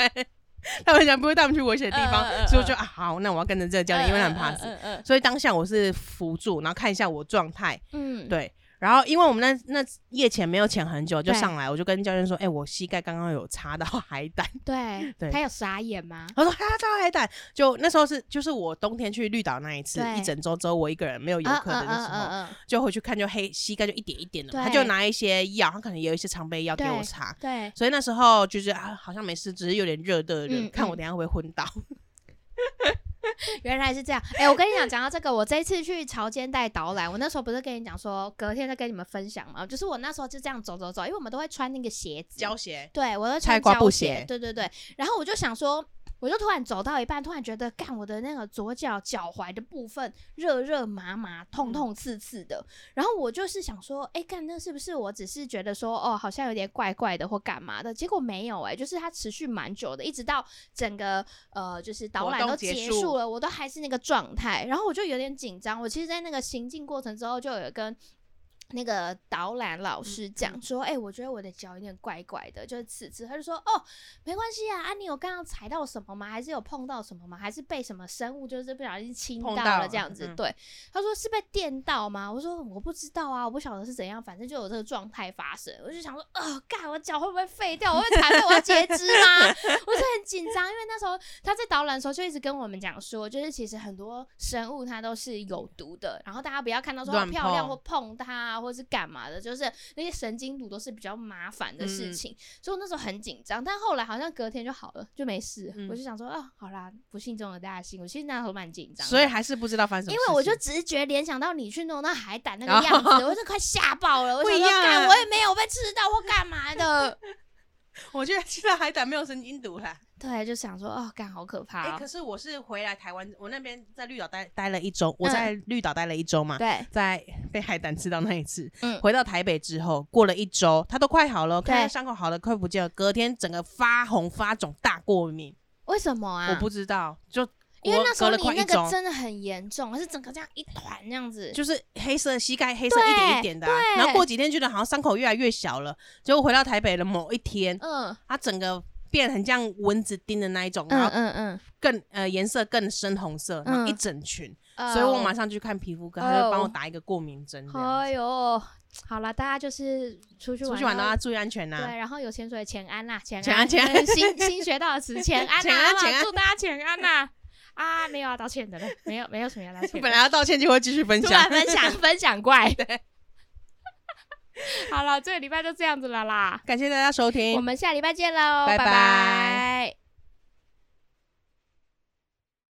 [SPEAKER 2] 他们想不会带我们去危险的地方，
[SPEAKER 1] 嗯嗯嗯
[SPEAKER 2] 所以我就啊好，那我要跟着这个教练，因为他很怕死。
[SPEAKER 1] 嗯嗯
[SPEAKER 2] 所以当下我是扶住，然后看一下我状态，
[SPEAKER 1] 嗯，嗯，
[SPEAKER 2] 对。然后因为我们那那夜潜没有潜很久，就
[SPEAKER 1] 对
[SPEAKER 2] 上来，我就跟教练说：“哎、我膝盖刚刚有插到海胆。
[SPEAKER 1] 对
[SPEAKER 2] 对
[SPEAKER 1] 他有傻眼吗？”
[SPEAKER 2] 他说：“哈，插到海胆。”就那时候是就是我冬天去绿岛那一次，
[SPEAKER 1] 对
[SPEAKER 2] 一整周只有我一个人没有游客的时候，
[SPEAKER 1] 嗯嗯嗯嗯
[SPEAKER 2] 就回去看就黑膝盖就一点一点的嘛，
[SPEAKER 1] 对
[SPEAKER 2] 他就拿一些药，他可能也有一些常备药给
[SPEAKER 1] 对
[SPEAKER 2] 我擦。
[SPEAKER 1] 对，
[SPEAKER 2] 所以那时候就是啊，好像没事，只是有点热热的人，
[SPEAKER 1] 嗯
[SPEAKER 2] 看我
[SPEAKER 1] 嗯
[SPEAKER 2] 等一下会不会昏倒。
[SPEAKER 1] 原来是这样。哎、我跟你讲，讲到这个，我这一次去潮间带导览，我那时候不是跟你讲说，隔天再跟你们分享嘛，就是我那时候就这样走走走，因为我们都会穿那个鞋子，
[SPEAKER 2] 胶鞋，
[SPEAKER 1] 对我都
[SPEAKER 2] 菜
[SPEAKER 1] 穿
[SPEAKER 2] 瓜
[SPEAKER 1] 胶
[SPEAKER 2] 布鞋
[SPEAKER 1] 鞋，对对对。然后我就想说，我就突然走到一半，突然觉得，干我的那个左脚脚踝的部分热热麻麻、
[SPEAKER 2] 嗯
[SPEAKER 1] 痛痛刺刺的。然后我就是想说，哎、干那是不是我只是觉得说，哦，好像有点怪怪的或干嘛的？结果没有、哎，就是它持续蛮久的，一直到整个呃，就是导
[SPEAKER 2] 活
[SPEAKER 1] 览
[SPEAKER 2] 动
[SPEAKER 1] 都
[SPEAKER 2] 结
[SPEAKER 1] 结
[SPEAKER 2] 束
[SPEAKER 1] 束了，我都还是那个状态。然后我就有点紧张。我其实，在那个行进过程之后，就有跟那个导览
[SPEAKER 2] 嗯
[SPEAKER 1] 老师讲说，哎、我觉得我的脚有点怪怪的，就是此次，他就说，哦，没关系啊，啊，你有刚刚踩到什么吗？还是有碰到什么吗？还是被什么生物就是不小心亲
[SPEAKER 2] 碰
[SPEAKER 1] 到
[SPEAKER 2] 到
[SPEAKER 1] 了
[SPEAKER 2] 了
[SPEAKER 1] 这样子？
[SPEAKER 2] 嗯
[SPEAKER 1] 对，他说是被电到吗？我说我不知道啊，我不晓得是怎样，反正就有这个状态发生。我就想说，哦，干，我脚会不会废掉？我会残废，我要截肢吗？ 我是很紧张，因为那时候他在导览的时候就一直跟我们讲说，就是其实很多生物它都是有毒的，然后大家不要看到说它哦
[SPEAKER 2] 乱
[SPEAKER 1] 漂亮
[SPEAKER 2] 碰
[SPEAKER 1] 或碰它啊，或是干嘛的，就是那些神经毒都是比较麻烦
[SPEAKER 2] 嗯
[SPEAKER 1] 的事情，所以我那时候很紧张，但后来好像隔天就好了，就没事。
[SPEAKER 2] 嗯
[SPEAKER 1] 我就想说，啊，好啦，不幸中的大幸。我其实那时候蛮紧张的，
[SPEAKER 2] 所以还是不知道发生什么
[SPEAKER 1] 因
[SPEAKER 2] 事
[SPEAKER 1] 为
[SPEAKER 2] 情。
[SPEAKER 1] 我就直觉联想到你去弄那海胆那个
[SPEAKER 2] 哦
[SPEAKER 1] 样子， 我就快吓爆了。我
[SPEAKER 2] 不
[SPEAKER 1] 想
[SPEAKER 2] 一
[SPEAKER 1] 说，
[SPEAKER 2] 样啊
[SPEAKER 1] 干我也没有被吃到或干嘛的。
[SPEAKER 2] 我觉得吃到海胆没有神经毒啦。
[SPEAKER 1] 对，就想说，哦，干好可怕
[SPEAKER 2] 哎、
[SPEAKER 1] 哦、
[SPEAKER 2] 可是我是回来台湾，我那边在绿岛待待了一周，我在绿岛待了一周嘛，
[SPEAKER 1] 嗯对，
[SPEAKER 2] 在被海胆吃到那一次，
[SPEAKER 1] 嗯
[SPEAKER 2] 回到台北之后，过了一周，它都快好了，
[SPEAKER 1] 对
[SPEAKER 2] 看到伤口好了，快不见了，隔天整个发红发肿，大过敏，
[SPEAKER 1] 为什么啊？
[SPEAKER 2] 我不知道，就
[SPEAKER 1] 因为
[SPEAKER 2] 我
[SPEAKER 1] 那时候
[SPEAKER 2] 隔了
[SPEAKER 1] 你
[SPEAKER 2] 快
[SPEAKER 1] 那
[SPEAKER 2] 一
[SPEAKER 1] 个
[SPEAKER 2] 周，
[SPEAKER 1] 真的很严重，是整个这样一团那样子。
[SPEAKER 2] 就是黑色膝盖黑色
[SPEAKER 1] 对
[SPEAKER 2] 一点一点的啊、
[SPEAKER 1] 对
[SPEAKER 2] 然后过几天觉得好像伤口越来越小了，结果回到台北的某一天，
[SPEAKER 1] 嗯
[SPEAKER 2] 它啊整个变得很像蚊子叮的那一种，然
[SPEAKER 1] 嗯
[SPEAKER 2] 后
[SPEAKER 1] 嗯嗯
[SPEAKER 2] 更呃颜色更深红色，然后一
[SPEAKER 1] 嗯
[SPEAKER 2] 整群，
[SPEAKER 1] 呃，
[SPEAKER 2] 所以我马上去看皮肤科，
[SPEAKER 1] 哦
[SPEAKER 2] 他就帮我打一个过敏针这样子。
[SPEAKER 1] 哎呦，好啦，大家就是出去
[SPEAKER 2] 出
[SPEAKER 1] 玩，哦
[SPEAKER 2] 去玩都要啊注意安全
[SPEAKER 1] 对，
[SPEAKER 2] 呐、
[SPEAKER 1] 然后有潜水潜安啦，潜
[SPEAKER 2] 潜
[SPEAKER 1] 安
[SPEAKER 2] 安潜安
[SPEAKER 1] 嗯新 新学到的词，潜 安
[SPEAKER 2] 潜安
[SPEAKER 1] 啦，好不
[SPEAKER 2] 潜
[SPEAKER 1] 好
[SPEAKER 2] 安
[SPEAKER 1] 祝大家潜安啦。啊，没有要道歉的了，没有没有 什么要道歉的。
[SPEAKER 2] 本来要道歉，就会继续分
[SPEAKER 1] 突
[SPEAKER 2] 享
[SPEAKER 1] 然。分享分享怪， 好了，这个礼拜就这样子了啦，
[SPEAKER 2] 感谢大家收听
[SPEAKER 1] 我，们下礼拜见喽，
[SPEAKER 2] 拜
[SPEAKER 1] 拜
[SPEAKER 2] 拜
[SPEAKER 1] 拜